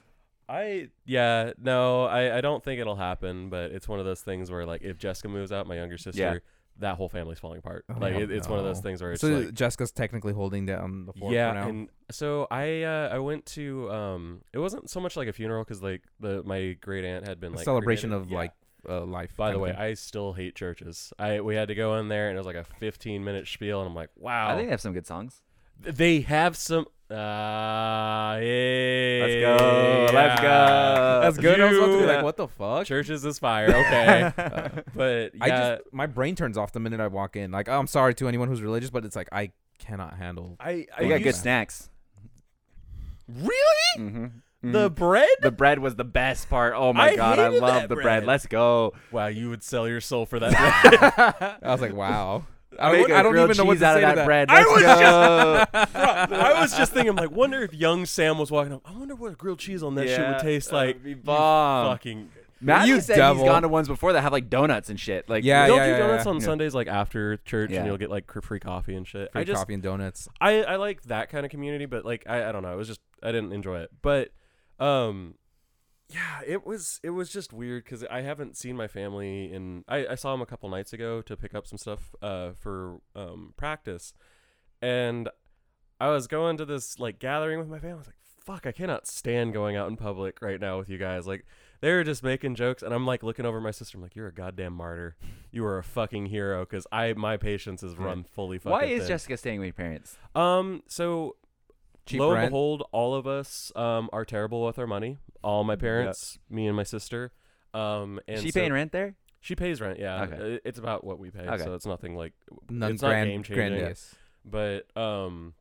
B: I yeah no. I I don't think it'll happen. But it's one of those things where like, if Jessica moves out, my younger sister, that whole family's falling apart. like it, it's one of those
C: Oh, no.
B: things where it's
C: so
B: like.
C: jessica's technically holding down the fort
B: yeah
C: for now
B: and so i uh, i went to um it wasn't so much like a funeral because like the my great aunt had been
C: a
B: like
C: celebration
B: cremated.
C: of
B: Yeah.
C: like uh, life
B: By
C: kind
B: the
C: of
B: way,
C: thing.
B: I still hate churches. I we had to go in there and it was like a 15 minute spiel, and I'm like, wow,
A: I
C: Oh.
A: think they have some good songs.
B: Th- they have some. Ah, yeah,
A: Let's go. Let's go.
C: that's good i was about to be
B: You-
C: like what the fuck
B: Churches is fire. Okay, but yeah,
C: I just my brain turns off the minute I walk in. Like I'm sorry to anyone who's religious, but it's like I cannot handle.
B: I, I
A: They got good
B: used-
A: snacks.
B: Really,
A: Mm-hmm.
B: the bread?
A: The bread was the best part. Oh my
B: I
A: god, I
B: hated
A: love
B: that
A: the bread.
B: bread.
A: Let's go.
B: wow, you would sell your soul for that. bread.
C: I was like, wow. I,
A: Make
C: would,
A: a
C: I don't
A: grilled
C: even know what
A: cheese
C: to
A: out
C: say
A: of that,
C: to that.
A: bread.
B: I
A: Let's
B: was just-
A: go.
B: I was just thinking, I'm like, wonder if young Sam was walking up. I wonder what grilled cheese on that shit
A: Yeah,
B: would taste
A: that
B: like.
A: would be
B: You
A: bomb.
B: fucking.
A: Matt
C: You
A: said
C: devil.
A: he's gone to ones before that have like donuts and shit. Like
C: Yeah,
B: They'll
C: yeah,
B: do
C: yeah,
B: donuts
C: yeah.
B: on Sundays like after church,
A: Yeah.
B: and you'll get like cr- free coffee and shit.
C: Free
B: I just
C: coffee and donuts.
B: I, I like that kind of community, but like I, I don't know. It was just I didn't enjoy it. But um yeah, it was it was just weird because I haven't seen my family in. I, I saw them a couple nights ago to pick up some stuff uh, for um, practice, and I was going to this like gathering with my family. I was like, "Fuck, I cannot stand going out in public right now with you guys." Like they were just making jokes, and I'm like looking over my sister. I'm like, "You're a goddamn martyr. You are a fucking hero." Because I my patience is run fully fucking.
A: Why is
B: thin.
A: Jessica staying with your parents?
B: Um, so
C: Cheap
B: lo and
C: rent.
B: behold, all of us um, are terrible with our money. All my parents, me and my sister. Um, and
A: Is she
B: so-
A: paying rent there?
B: She pays rent. Yeah,
A: Okay.
B: Uh, it's about what we pay,
A: Okay.
B: so it's nothing like.
C: None
B: It's not
C: grand,
B: game-changing.
C: grandiose.
B: But um,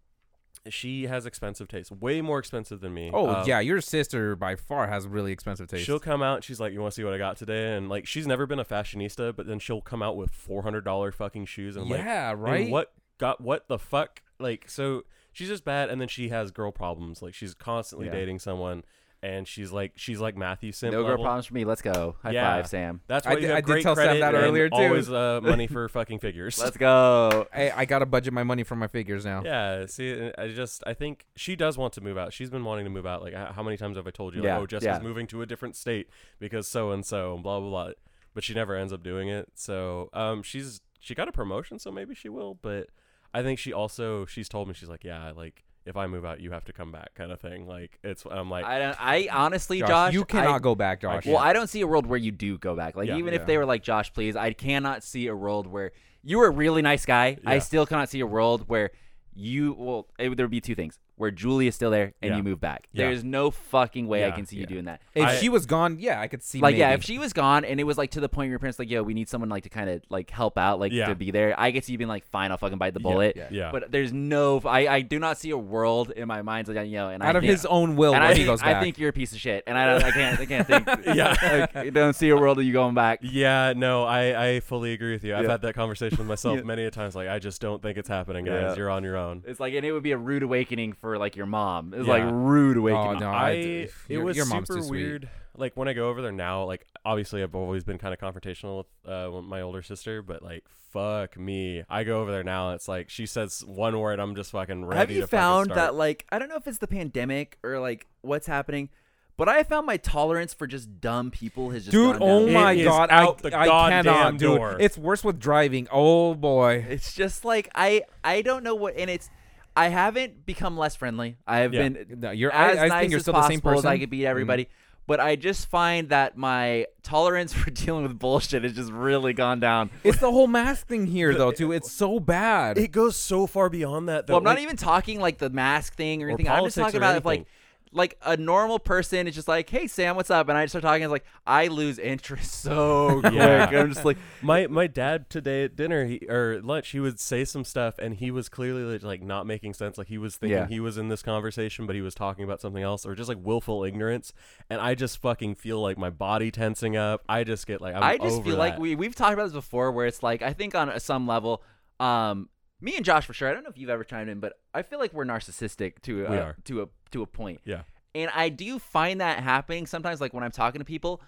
B: she has expensive taste, way more expensive than me.
C: Oh
B: Um,
C: yeah, your sister by far has really expensive taste.
B: She'll come out and she's like, "You want to see what I got today?" And like, she's never been a fashionista, but then she'll come out with four hundred dollar fucking shoes and I'm like,
C: yeah,
B: "Man,
C: right.
B: what got what the fuck? Like, so she's just bad, and then she has girl problems. Like, she's constantly
A: Yeah.
B: dating someone, and she's like, she's like Matthew Simp.
A: No girl
B: level.
A: problems for me. Let's go. High
B: Yeah.
A: five, Sam.
B: That's
C: I
B: why
C: di-
B: you have
C: I did
B: great
C: tell Sam
B: credit
C: that
B: and
C: earlier, too.
B: Always uh, money for fucking figures.
A: Let's go.
C: Hey, I gotta budget my money for my figures
A: Oh.
C: now.
B: Yeah, see, I just I think she does want to move out. She's been wanting to move out. Like, h- how many times have I told you, like,
A: Yeah,
B: oh, Jessica's
A: yeah.
B: moving to a different state because so and so, and blah blah blah. But she never ends up doing it. So, um, she's she got a promotion, so maybe she will. But I think she also she's told me she's like, yeah, like if I move out, you have to come back, kind of thing. Like, it's I'm like,
A: I don't. I honestly, Josh,
C: Josh, you cannot
A: I,
C: go back, Josh.
A: Well, I don't see a world where you do go back. Like
B: Yeah.
A: even if
C: Yeah.
A: they were like, Josh, please, I cannot see a world where you were a really nice guy. I
B: Yeah.
A: still cannot see a world where you. Well, it, there would be two things where Julie is still there and
B: Yeah.
A: you move back.
B: Yeah.
A: There is no fucking way I
B: Yeah.
A: can see you
C: Yeah.
A: doing that.
C: if
B: I-
C: she was gone, yeah, I could see.
A: Like yeah,
C: maybe.
A: if she was gone and it was like to the point where your parents like, yo, we need someone like to kind of like help out, like
B: Yeah.
A: to be there. I could see you being like, fine, I'll fucking bite the
B: Yeah,
A: bullet.
C: yeah.
B: yeah,
A: But there's no, I, I do not see a world in my mind's like, you know, and I
C: out of
A: think-
C: his own will,
A: and
C: when
A: I
C: he
A: think,
C: goes back.
A: I think you're a piece of shit, and I, don't, I can't, I can't think.
B: Yeah.
A: like, I don't see a world of you going back.
B: Yeah, no, I, I fully agree with you. I've
A: Yeah.
B: had that conversation with myself
A: Yeah.
B: many a times. Like, I just don't think it's happening, guys.
A: Yeah.
B: You're on your own.
A: It's like, and it would be a rude awakening for like your mom. It's
B: Yeah.
A: like rude
C: oh
A: awakening.
C: no, I,
B: I
C: d-
B: it
C: your,
B: was
C: your mom's
B: super
C: too sweet.
B: weird. Like when I go over there now, like obviously I've always been kind of confrontational with uh, with my older sister, but like fuck me, I go over there now. and It's like she says one word, I'm just fucking ready.
A: Have you
B: to fucking
A: found
B: start.
A: that like I don't know if it's the pandemic or like what's happening, but I found my tolerance for just dumb people has just
C: Dude,
A: gone
C: oh
A: down.
C: my
B: It is
C: god,
B: out
C: I-
B: the
C: I,
B: goddamn
C: cannot, dude.
B: door.
C: It's worse with driving. Oh boy,
A: It's just like I I don't know what, and it's I haven't become less friendly. I have
B: Yeah.
A: been
C: No, you're- I-
A: as
C: I think
A: nice
C: you're
A: as
C: still the same
A: possible as I
C: person. Mm-hmm.
A: could beat everybody. But I just find that my tolerance for dealing with bullshit has just really gone down.
C: it's the whole mask thing here, though. Too, it's so bad.
B: it goes so far beyond that. Though.
A: Well, I'm not
B: Like,
A: even talking like the mask thing or anything. I'm just
B: politics
A: talking
B: or
A: about if like
B: anything.
A: like a normal person is just like, "Hey Sam, what's up?" and I just start talking it's like I lose interest so quick.
B: Yeah.
A: I'm just like,
B: My my dad today at dinner he, or lunch, he would say some stuff, and he was clearly like not making sense. Like he was thinking
A: Yeah.
B: he was in this conversation, but he was talking about something else, or just like willful ignorance. And I just fucking feel like my body tensing up. I just get like I'm
A: I just
B: over
A: feel
B: that.
A: like we we've talked about this before where it's like I think on a- some level um me and Josh for sure. I don't know if you've ever chimed in, but I feel like we're narcissistic to a,
B: We are.
A: to a to a point.
B: yeah.
A: And I do find that happening sometimes like when I'm talking to people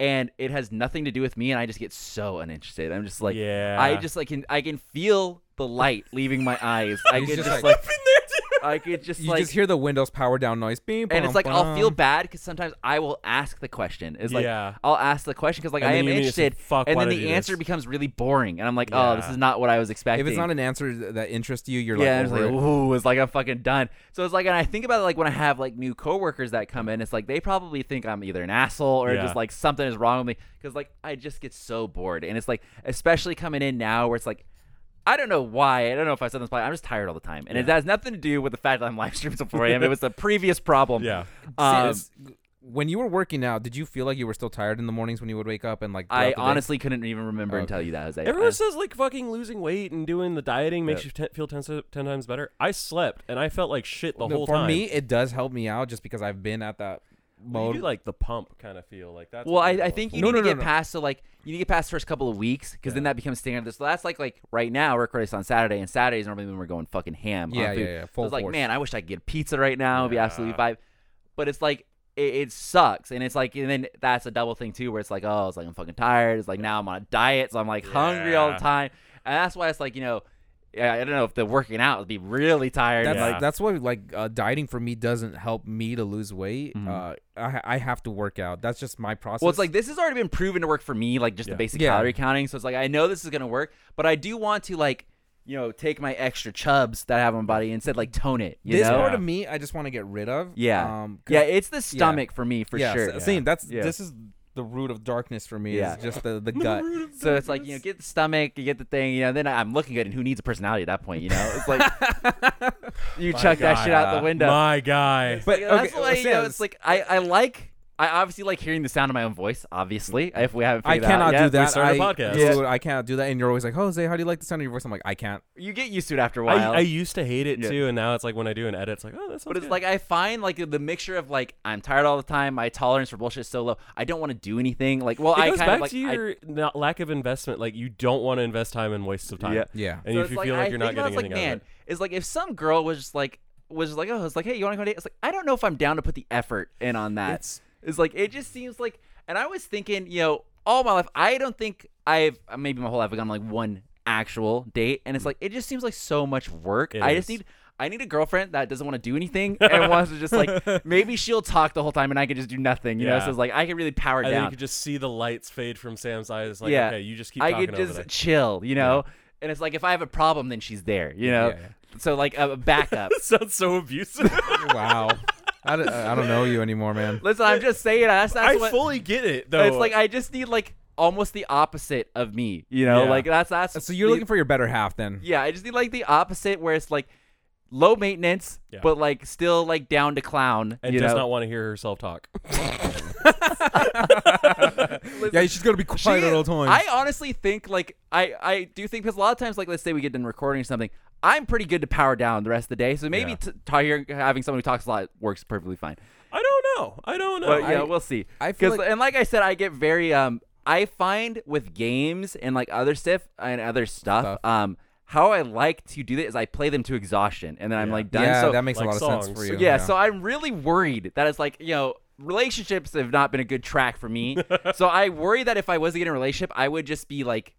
A: and it has nothing to do with me and I just get so uninterested. I'm just like
B: yeah.
A: I just like can I can feel the light leaving my eyes. I
C: He's
A: could
C: just
A: just
C: like-
A: like I could just
C: you
A: like
C: just hear the windows power down noise. Beep,
A: and it's
C: bum,
A: like I'll
C: bum.
A: feel bad because sometimes I will ask the question. It's like
B: Yeah.
A: I'll ask the question because like
B: And
A: I
B: then
A: am
B: you immediately say,
A: interested,
B: "Fuck,
A: and
B: why
A: then
B: did I
A: the
B: do
A: answer
B: this?"
A: becomes really boring, and I'm like, oh, this
B: Yeah.
A: is not what I was expecting.
C: If it's not an answer th- that interests you, you're
A: yeah,
C: like,
A: it's like
C: over it.
A: ooh, it's like I'm fucking done. So it's like, and I think about it like when I have like new coworkers that come in, it's like they probably think I'm either an asshole or
B: Yeah.
A: just like something is wrong with me because like I just get so bored, and it's like especially coming in now where it's like. I don't know why. I don't know if I said this. Probably, I'm just tired all the time, and it has nothing to do with the fact that I'm live streaming till 4 a.m. it was the previous problem.
B: Yeah.
C: See,
A: Um,
C: it's- when you were working out, did you feel like you were still tired in the mornings when you would wake up and like?
A: I
C: throughout the day?
A: honestly couldn't even remember and
C: Okay.
A: tell you that, Jose.
B: Everyone
A: I-
B: says like fucking losing weight and doing the dieting makes you ten, feel ten, s- 10 times better. I slept and I felt like shit the
C: No,
B: whole
C: for
B: time.
C: me, it does help me out just because I've been at that
B: you do
C: mode.
B: like the pump kind of feel like that's
A: well, I, I think you
C: No,
A: need
C: no,
A: to
C: no,
A: get
C: no.
A: past so like you need to get past the first couple of weeks because then that becomes standard. So that's like like right now we're recording this on Saturday and Saturdays normally when we're going fucking ham.
C: Yeah,
A: on food.
C: yeah, yeah,
A: So
C: full
A: it's like
C: force.
A: man, I wish I could get pizza right now. It'd be absolutely
B: Yeah.
A: fine. But it's like it, it sucks, and it's like and then that's a double thing too where it's like oh it's like I'm fucking tired. It's like now I'm on a diet, so I'm like hungry all the
B: Yeah.
A: time, and that's why it's like you know. yeah, I don't know if the working out would be really tired.
C: That's
A: like,
B: Yeah.
C: that's why like uh, dieting for me doesn't help me to lose weight. Uh, I I have to work out. That's just my process.
A: Mm-hmm. well, it's like this has already been proven to work for me, like just
B: Yeah.
A: the basic
C: Yeah.
A: calorie counting. So it's like I know this is gonna work, but I do want to like, you know, take my extra chubs that I have on my body and instead like tone it. You
C: this
A: know?
C: part
B: Yeah.
C: of me, I just want to get rid of.
A: yeah,
C: Um, 'cause-
A: yeah, it's the stomach for me for
C: yeah,
A: sure.
C: s- Same. That's
A: Yeah.
C: this is the root of darkness for me.
A: Yeah.
C: Is just the the gut.
A: So it's like you know, get the stomach, you get the thing, you know. Then I'm looking good, and who needs a personality at that point? You know, it's like you chuck that shit out the window.
B: My guy.
C: But
A: Yeah,
C: okay,
A: that's why you know,
C: Sans,
A: it's like I, I like I obviously like hearing the sound of my own voice. Obviously, if we haven't,
C: I
A: figured it out
C: cannot
A: yet.
C: do that.
B: started a
C: I-
B: podcast.
C: dude, I cannot do that. And you're always like, Jose, how do you like the sound of your voice? I'm like, I can't.
A: You get used to it after a
B: I,
A: while.
B: I used to hate it
A: Yeah.
B: too, and now it's like when I do an edit, it's like, oh, that's.
A: but it's like I find like the mixture of like I'm tired all the time. My tolerance for bullshit is so low. I don't want to do anything. Like, well,
B: it
A: I
B: goes
A: kind
B: back
A: of like
B: to
A: I-
B: your not- lack of investment. Like you don't want to invest time in wastes of time.
A: Yeah.
C: Yeah.
B: And
A: so
B: if
A: it's
B: you
A: like,
B: feel like
A: I
B: you're not
A: think about it,
B: getting
A: it's
B: anything
A: like, man,
B: out of it,
A: it's like if some girl was just like was just like oh, it's like hey, you want to go on a date? It's like I don't know if I'm down to put the effort in on that. It's, like it just seems like, and I was thinking, you know, all my life, I don't think I've maybe my whole life I've gone on, like one actual date, and it's like it just seems like so much work.
B: Mm. It
A: I
B: is.
A: just need. I need a girlfriend that doesn't want to do anything and wants to just like maybe she'll talk the whole time and I can just do nothing, you know.
B: Yeah.
A: So it's like I can really power
B: and then you
A: down.
B: could just see the lights fade from Sam's eyes. It's like,
A: Yeah.
B: okay, you just keep
A: I
B: talking
A: could
B: over
A: just
B: there.
A: chill, you know. And it's like if I have a problem, then she's there, you know.
C: Yeah,
A: So like a backup.
B: Sounds so abusive.
C: wow. I don't, I don't know you anymore, man.
A: Listen, I'm just saying that's that's
B: I
A: what
B: fully get it though.
A: it's like. I just need like almost the opposite of me, you know.
B: Yeah.
A: Like that's that's.
C: So you're
A: the-
C: looking for your better half then.
A: Yeah, I just need like the opposite where it's like low maintenance,
B: Yeah.
A: but like still like down to clown.
B: and
A: you
B: does
A: know?
B: not want to hear herself talk.
C: Yeah, she's gonna be quiet at all times.
A: I honestly think like I I do think because a lot of times like let's say we get done recording or something, I'm pretty good to power down the rest of the day. So maybe
B: Yeah.
A: t- tiring- having someone who talks a lot works perfectly fine.
B: I don't know. I don't know.
A: But yeah,
C: I-
A: we'll see.
C: I feel
A: 'Cause-
C: like-
A: and like I said, I get very um. I find with games and like other stuff and other stuff,
C: Stuff.
A: um, how I like to do that is I play them to exhaustion, and then I'm
B: Yeah.
A: like done.
C: yeah,
A: so
C: that makes a lot of
B: like
C: sense
B: songs.
C: for you.
A: yeah, so I'm really worried that it's like you know relationships have not been a good track for me. so I worry that if I was to get in a relationship, I would just be like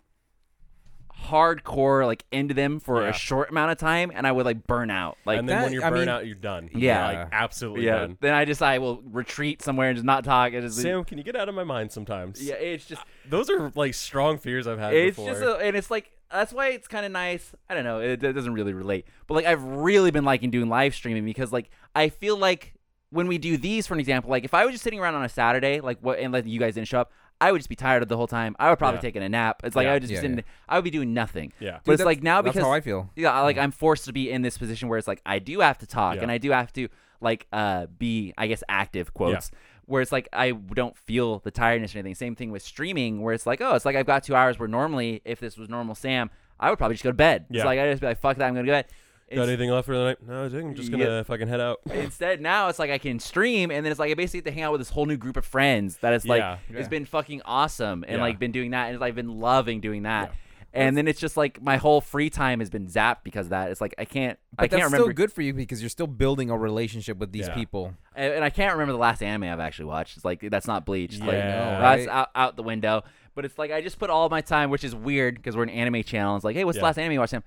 A: hardcore like into them for
B: Yeah.
A: a short amount of time, and I would like burn out. Like
B: and then
C: that-
B: when you're
C: I
B: burnt
C: mean-
B: out, you're done.
A: Yeah.
B: You're, like absolutely
A: yeah,
B: done.
A: then I just I will retreat somewhere and just not talk. And just,
B: Sam, can you get out of my mind sometimes?
A: yeah, it's just.
B: Those are like strong fears I've had
A: it's
B: before.
A: just a, and it's like that's why it's kind of nice i don't know it, it doesn't really relate but like i've really been liking doing live streaming because like i feel like when we do these for an example like if i was just sitting around on a saturday like what and like you guys didn't show up i would just be tired of the whole time i would probably
B: Yeah.
A: taking a nap it's like
B: Yeah.
A: i would just
C: Yeah,
A: be sitting,
C: yeah.
A: i would be doing nothing
B: yeah.
A: but it's like now
C: that's
A: because
C: how I feel.
A: yeah I- like i'm forced to be in this position where it's like i do have to talk
B: Yeah.
A: and i do have to like uh be i guess active quotes where it's like i don't feel the tiredness or anything same thing with streaming where it's like oh it's like i've got two hours where normally if this was normal sam i would probably just go to bed
B: Yeah.
A: it's like i just be like fuck that i'm gonna go to bed
B: Got
A: It's-
B: anything left for the night? No, I think I'm just gonna
A: Yeah.
B: fucking head out.
A: Instead, now it's like I can stream, and then it's like I basically get to hang out with this whole new group of friends that is like
B: Yeah.
A: it's been fucking awesome, and
B: Yeah.
A: like been doing that, and I've been loving doing that.
B: Yeah.
A: And then it's just like my whole free time has been zapped because of that. It's like I can't,
C: But
A: I
C: that's
A: can't remember,
C: still good for you because you're still building a relationship with these
B: Yeah.
C: people.
A: and and I can't remember the last anime I've actually watched. It's like that's not Bleach. It's like,
B: Yeah.
A: that's
C: Right.
A: out, out the window. But it's like I just put all my time, which is weird because we're an anime channel. It's like, hey, what's
B: Yeah.
A: the last anime you watched? Sam?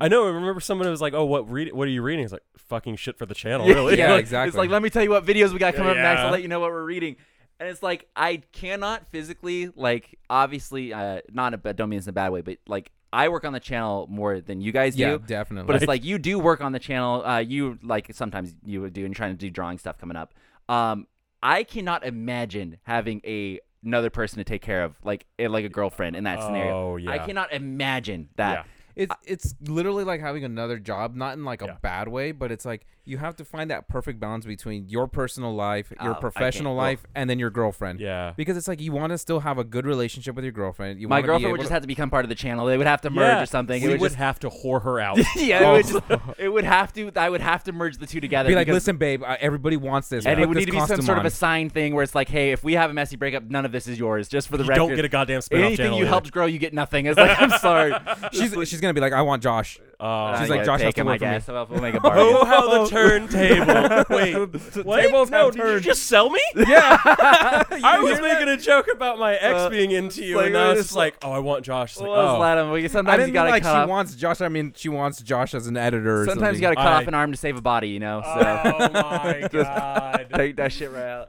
B: I know. I remember someone was like, "Oh, what read? What are you reading?" It's like fucking shit for the channel, really.
C: yeah,
B: Like,
C: exactly.
A: Oh, It's like, let me tell you what videos we got coming up next.
B: Yeah.
A: I'll let you know what we're reading. And it's like, I cannot physically, like, obviously, uh, not, in a, I don't mean this in a bad way, but like, I work on the channel more than you guys
C: yeah,
A: do.
C: definitely.
A: But it's like, you do work on the channel. Uh, you, like, sometimes you would do and trying to do drawing stuff coming up. Um, I cannot imagine having a another person to take care of, like, a, like a girlfriend in that scenario.
B: Oh, yeah.
A: I cannot imagine that.
C: It's it's literally like having another job, not in like a
B: Yeah.
C: bad way, but it's like you have to find that perfect balance between your personal life,
A: Oh, I
C: your
A: can't-
C: professional
A: ugh.
C: life, and then your girlfriend.
B: Yeah.
C: Because it's like you want to still have a good relationship with your girlfriend. You
A: My
C: wanna be
A: girlfriend
C: able
A: would just
C: to-
A: have to become part of the channel. They would have to merge or something.
B: We
A: It would
B: would
A: just-
B: have to whore her out.
A: Yeah, it would, just, it would have to. I would have to merge the two together.
C: be like,
A: because-
C: listen, babe, uh, everybody wants this.
A: and
C: Put
A: it would
C: this
A: need to be some
C: costume
A: sort of
C: on."
A: a sign thing where it's like, hey, if we have a messy breakup, none of this is yours. Just for the
B: you
A: record,
B: don't get a goddamn spin-off
A: anything
B: channel.
A: you
B: either.
A: helped grow, you get nothing. It's like I'm sorry.
C: She's she's gonna be like, I want Josh.
B: Oh,
A: I
C: She's like,
A: gotta take
C: "Josh, you have to
A: him,
C: work
A: I
C: for me."
A: guess. So we'll make a
B: Oh,
A: bargain.
B: how the turntable. Wait,
C: T-
B: what?
C: tables
B: no,
C: have
B: did you
C: turned.
B: just sell me?
C: yeah.
B: I was making a joke about my ex
A: Uh,
B: being into you,
A: like,
B: and now
A: I
B: it's
A: just-
B: just like, oh, I want Josh. It's like,
A: Well,
B: oh,
A: just let him. We-
C: I
A: Sometimes
C: didn't
A: you
C: mean
A: gotta
C: like she
A: cut off.
C: wants Josh. I mean, she wants Josh as an editor. Or
A: Sometimes you gotta
C: something.
A: cut off
B: I-
A: an arm to save a body, you know. So
B: oh my
C: Oh.
B: god.
A: take that shit right out.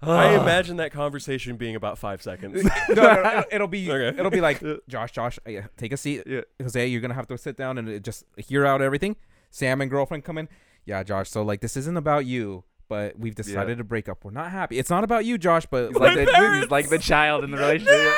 B: I imagine that conversation being about five seconds.
C: no, no, no, it'll be
B: Okay.
C: it'll be like Josh, Josh, uh, yeah, take a seat.
A: Yeah.
C: Jose, you're gonna have to sit down and uh, just hear out everything. Sam and girlfriend come in. Yeah, Josh. So like, this isn't about you, but we've decided to break up. We're not happy. It's not about you, Josh, but
A: He's like,
C: like,
A: the, he's like the child in the relationship.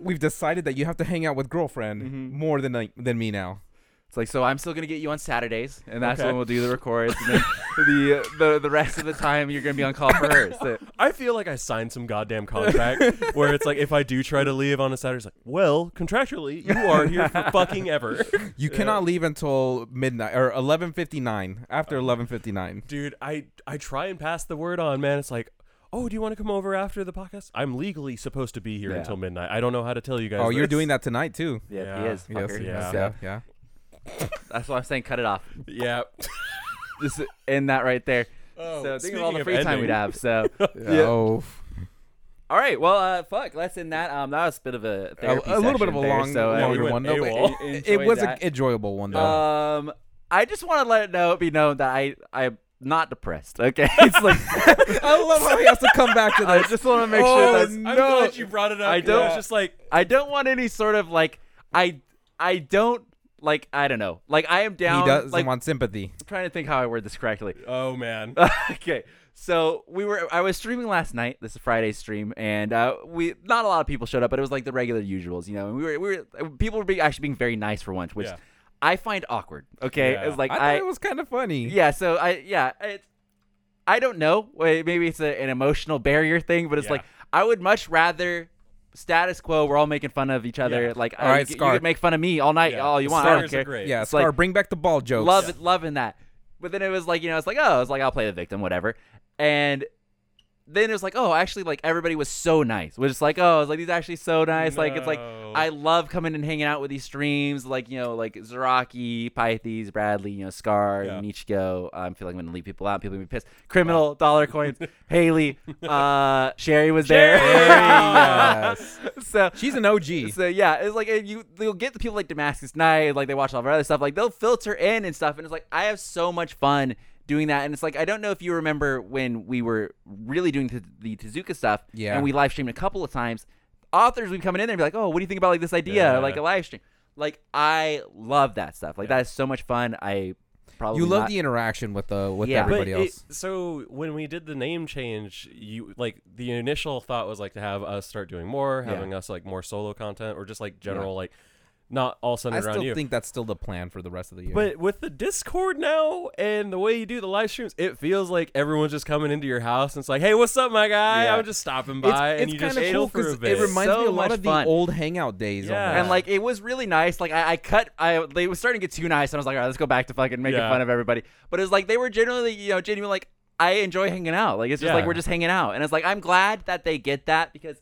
C: we've decided that you have to hang out with girlfriend
A: Mm-hmm.
C: more than like, than me now.
A: It's like, so I'm still gonna get you on Saturdays, and that's
B: Okay.
A: when we'll do the records. And then the, the the rest of the time, you're gonna be on call for her. So,
B: I feel like I signed some goddamn contract where it's like if I do try to leave on a Saturday, it's like, well, contractually, you are here for fucking ever.
C: You cannot leave until midnight or eleven fifty nine. After
A: Uh,
C: eleven fifty nine.
B: Dude, I I try and pass the word on, man. It's like, oh, do you want to come over after the podcast? I'm legally supposed to be here
A: Yeah.
B: until midnight. I don't know how to tell you guys.
C: Oh, you're
B: this.
C: doing that tonight too.
A: yeah, he
B: Yeah.
A: is.
C: Yes,
A: Fucker.
B: Yeah.
C: yes,
A: So,
C: yeah, yeah.
A: that's why I'm saying cut it off.
B: Yeah.
A: Just end that right there.
B: Oh,
A: so think of all
B: speaking
A: the free time
B: ending.
A: we'd have. So
C: yeah. Oh,
A: all right, well, uh, fuck, let's end that. Um, that was a bit of a
C: a,
A: therapy
C: a little
A: session
C: bit of a
A: there,
C: long,
A: so, uh,
B: we
C: longer
B: went
C: one, though, but
B: AWOL.
C: it- it,
A: Enjoyed
C: was an
A: that.
C: enjoyable one though.
A: Um, I just want to let it know, be known that I I'm not depressed. Okay, it's like
C: I love how he has to come back to
A: I
C: this.
A: just want to make
B: Oh,
A: sure that
B: I'm glad you brought it up.
A: I
B: I don't
A: don't-
B: was just like
A: I don't want any sort of like I I don't like I don't know like I am down.
C: he doesn't
A: like,
C: want sympathy.
A: I'm trying to think how I word this correctly.
B: Oh man.
A: okay, so we were I was streaming last night. This is Friday's stream, and uh, we not a lot of people showed up, but it was like the regular usuals, you know. And we were we were people were being, actually being very nice for once, which
B: Yeah.
A: I find awkward. Okay,
B: Yeah.
A: it's like
C: I thought
A: I,
C: it was kind of funny.
A: yeah so i yeah it's i don't know Wait, maybe it's a, an emotional barrier thing but it's
B: Yeah.
A: like i would much rather status quo we're all making fun of each other
B: Yeah.
A: like
C: All
A: I,
C: right,
A: you, could- you
C: Scar.
A: could make fun of me all night
B: Yeah.
A: all you want i don't
B: Stars
A: care
B: are great.
C: yeah.
A: It's
C: Scar,
A: like-
C: bring back the ball jokes.
A: love it loving that but then it was like you know it's like oh it's like i'll play the victim whatever and then it was like oh actually like everybody was so nice was just like oh it's like these are actually so nice like it's like
B: No.
A: I love coming and hanging out with these streams, like you know, like Zaraki, Pythes, Bradley, you know, Scar,
B: Yeah.
A: Nichiko. I'm feeling I'm gonna leave people out. People are gonna be pissed. Criminal, Dollar Coins, Haley, uh, Sherry was there.
C: Yes.
A: so,
C: She's an OG.
A: so yeah, it's like and you you'll get the people like Damascus Night, like they watch all of our other stuff. Like they'll filter in and stuff, and it's like I have so much fun doing that. And it's like I don't know if you remember when we were really doing the, the Tezuka stuff,
C: Yeah.
A: and we live streamed a couple of times. Authors would come in and be like, "Oh, what do you think about like this idea,
B: Yeah.
A: or, like a live stream?" Like I love that stuff. Like that is so much fun. I probably
C: you love
A: not-
C: the interaction with the with
A: Yeah. But
C: everybody
B: but it-
C: else.
B: so when we did the name change, you like the initial thought was like to have us start doing more,
A: Yeah.
B: having us like more solo content or just like general like not all
C: I
B: centered around
C: still
B: you.
C: think that's still the plan for the rest of the year.
B: but with the Discord now and the way you do the live streams, it feels like everyone's just coming into your house and it's like, "Hey, what's up, my guy?
A: Yeah.
B: I'm just stopping by," and
C: it's
B: you
C: kind
B: just
C: of
B: chill
C: cool
B: for a
C: it
B: bit.
C: reminds
A: So
C: me a lot
A: much
C: of the
A: fun.
C: old hangout days.
B: Yeah.
C: almost.
A: And like it was really nice. Like I, I cut. I they were starting to get too nice, and I was like, all right, let's go back to fucking making
B: Yeah.
A: fun of everybody. But it was like they were generally, you know, genuinely like I enjoy hanging out. Like it's just
B: Yeah.
A: like we're just hanging out, and it's like I'm glad that they get that because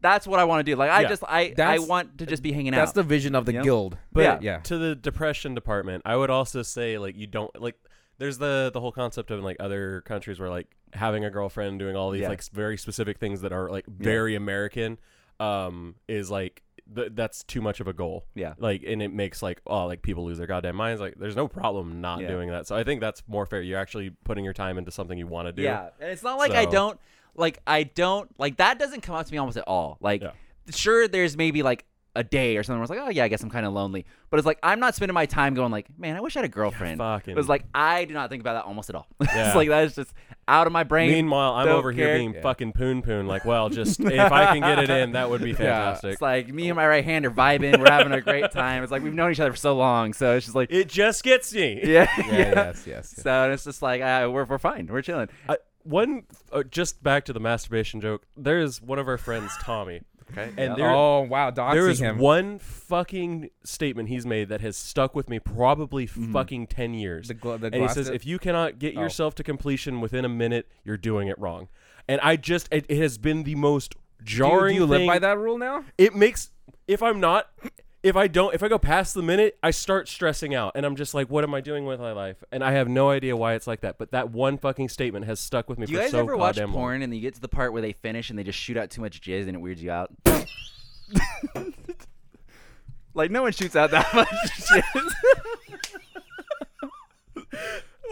A: that's what I want to do. Like I
B: Yeah.
A: just I I
C: That's-
A: want to just be hanging
C: that's
A: out.
C: the vision of the
A: Yep.
C: guild.
A: Yeah.
C: But yeah,
B: to the depression department, I would also say like you don't like there's the the whole concept of like other countries where like having a girlfriend doing all these
A: Yeah.
B: like s- very specific things that are like very American um is like th- that's too much of a goal.
A: Yeah.
B: Like and it makes like oh like people lose their goddamn minds like there's no problem not
A: Yeah.
B: doing that. So I think that's more fair. You're actually putting your time into something you want to do.
A: Yeah, and it's not like I
B: So-
A: don't like I don't like that doesn't come up to me almost at all. Like,
B: Yeah.
A: sure, there's maybe like a day or something. Where it's like, oh yeah, I guess I'm kind of lonely, but it's like I'm not spending my time going like, man, I wish I had a girlfriend.
B: fucking-
A: It was like I do not think about that almost at all.
B: Yeah.
A: it's like that is just out of my brain.
B: Meanwhile, I'm
A: Don't
B: over here
A: care.
B: being
C: Yeah.
B: fucking poon poon like, well, just if I can get it in, that would be fantastic.
A: Uh, it's like me and my right hand are vibing. We're having a great time. It's like we've known each other for so long, so it's just like,
B: it just gets me.
A: yeah,
C: yeah, yes, yes. yes.
A: So it's just like uh, we're we're fine. We're chilling.
B: I, one uh, just back to the masturbation joke. There is one of our friends, Tommy,
A: Okay.
B: and there
C: oh wow, doxing
B: there is
C: him.
B: one fucking statement he's made that has stuck with me probably fucking ten years.
C: Mm-hmm. The gla- the
B: and he
C: glass
B: says,
C: tip?
B: if you cannot get
C: Oh.
B: yourself to completion within a minute, you're doing it wrong. And I just it, it has been the most
C: do you, do
B: jarring.
C: you live
B: thing.
C: by that rule now?
B: It makes if I'm not. if I don't, if I go past the minute, I start stressing out, and I'm just like, what am I doing with my life? And I have no idea why it's like that. But that one fucking statement has stuck with me
A: Do you
B: for
A: guys
B: so
A: ever watch
B: goddamn long.
A: porn and you get to the part where they finish and they just shoot out too much jizz and it weirds you out? like no one shoots out that much jizz.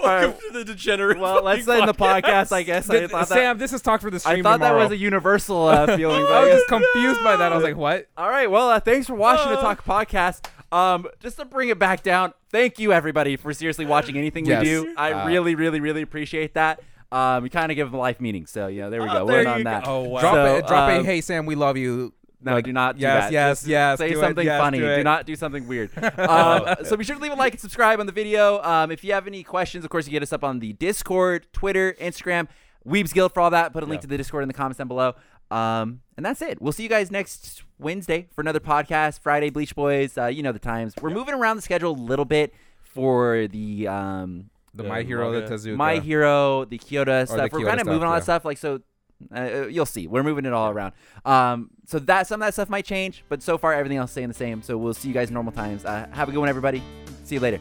B: Welcome
A: Alright.
B: to the degenerate.
A: well, let's
B: fucking
A: end the podcast. I guess I
C: Th-
A: thought that
C: Sam, this is talk for the stream
A: I thought that
C: tomorrow.
A: was a universal uh, feeling. but
C: I
A: I
C: was
A: guess-
C: just confused by that. I was like, what?
A: All right. Well, uh, thanks for watching the
B: Uh.
A: Talk podcast. Um, just to bring it back down, thank you everybody for seriously watching anything
C: Yes.
A: we do. I
C: Uh,
A: really, really, really appreciate that. Um, we kind of give them life meaning, so you know, there we
B: Oh,
A: go.
B: there
A: We're in
B: you
A: on
B: go.
A: that.
B: Oh, wow.
C: Drop
A: So,
C: it. Drop a
A: um,
C: hey Sam, we love you.
A: No, do not do
C: yes,
A: that.
C: yes,
A: Just
C: yes,
A: Say
C: do it,
A: something
C: yes,
A: funny.
C: do
A: Do,
C: it.
A: not do something weird. um, so be sure to leave a like and subscribe on the video. Um, if you have any questions, of course, you get us up on the Discord, Twitter, Instagram, Weebs Guild for all that. Put a link to the Discord in the comments down below. Um, and that's it. We'll see you guys next Wednesday for another podcast. Friday, Bleach Boys. Uh, you know the times. We're moving around the schedule a little bit for the um,
C: The
B: Yeah,
C: My Hero, the Tezuka.
A: my Hero, the Kyoto stuff. We're
C: Kyoto
A: kind of moving
C: stuff,
A: all
C: yeah.
A: that stuff. Like so, uh, you'll see. We're moving it all around. Um, so that some of that stuff might change, but so far everything else is staying the same. So we'll see you guys normal times. Uh, have a good one, everybody. See you later.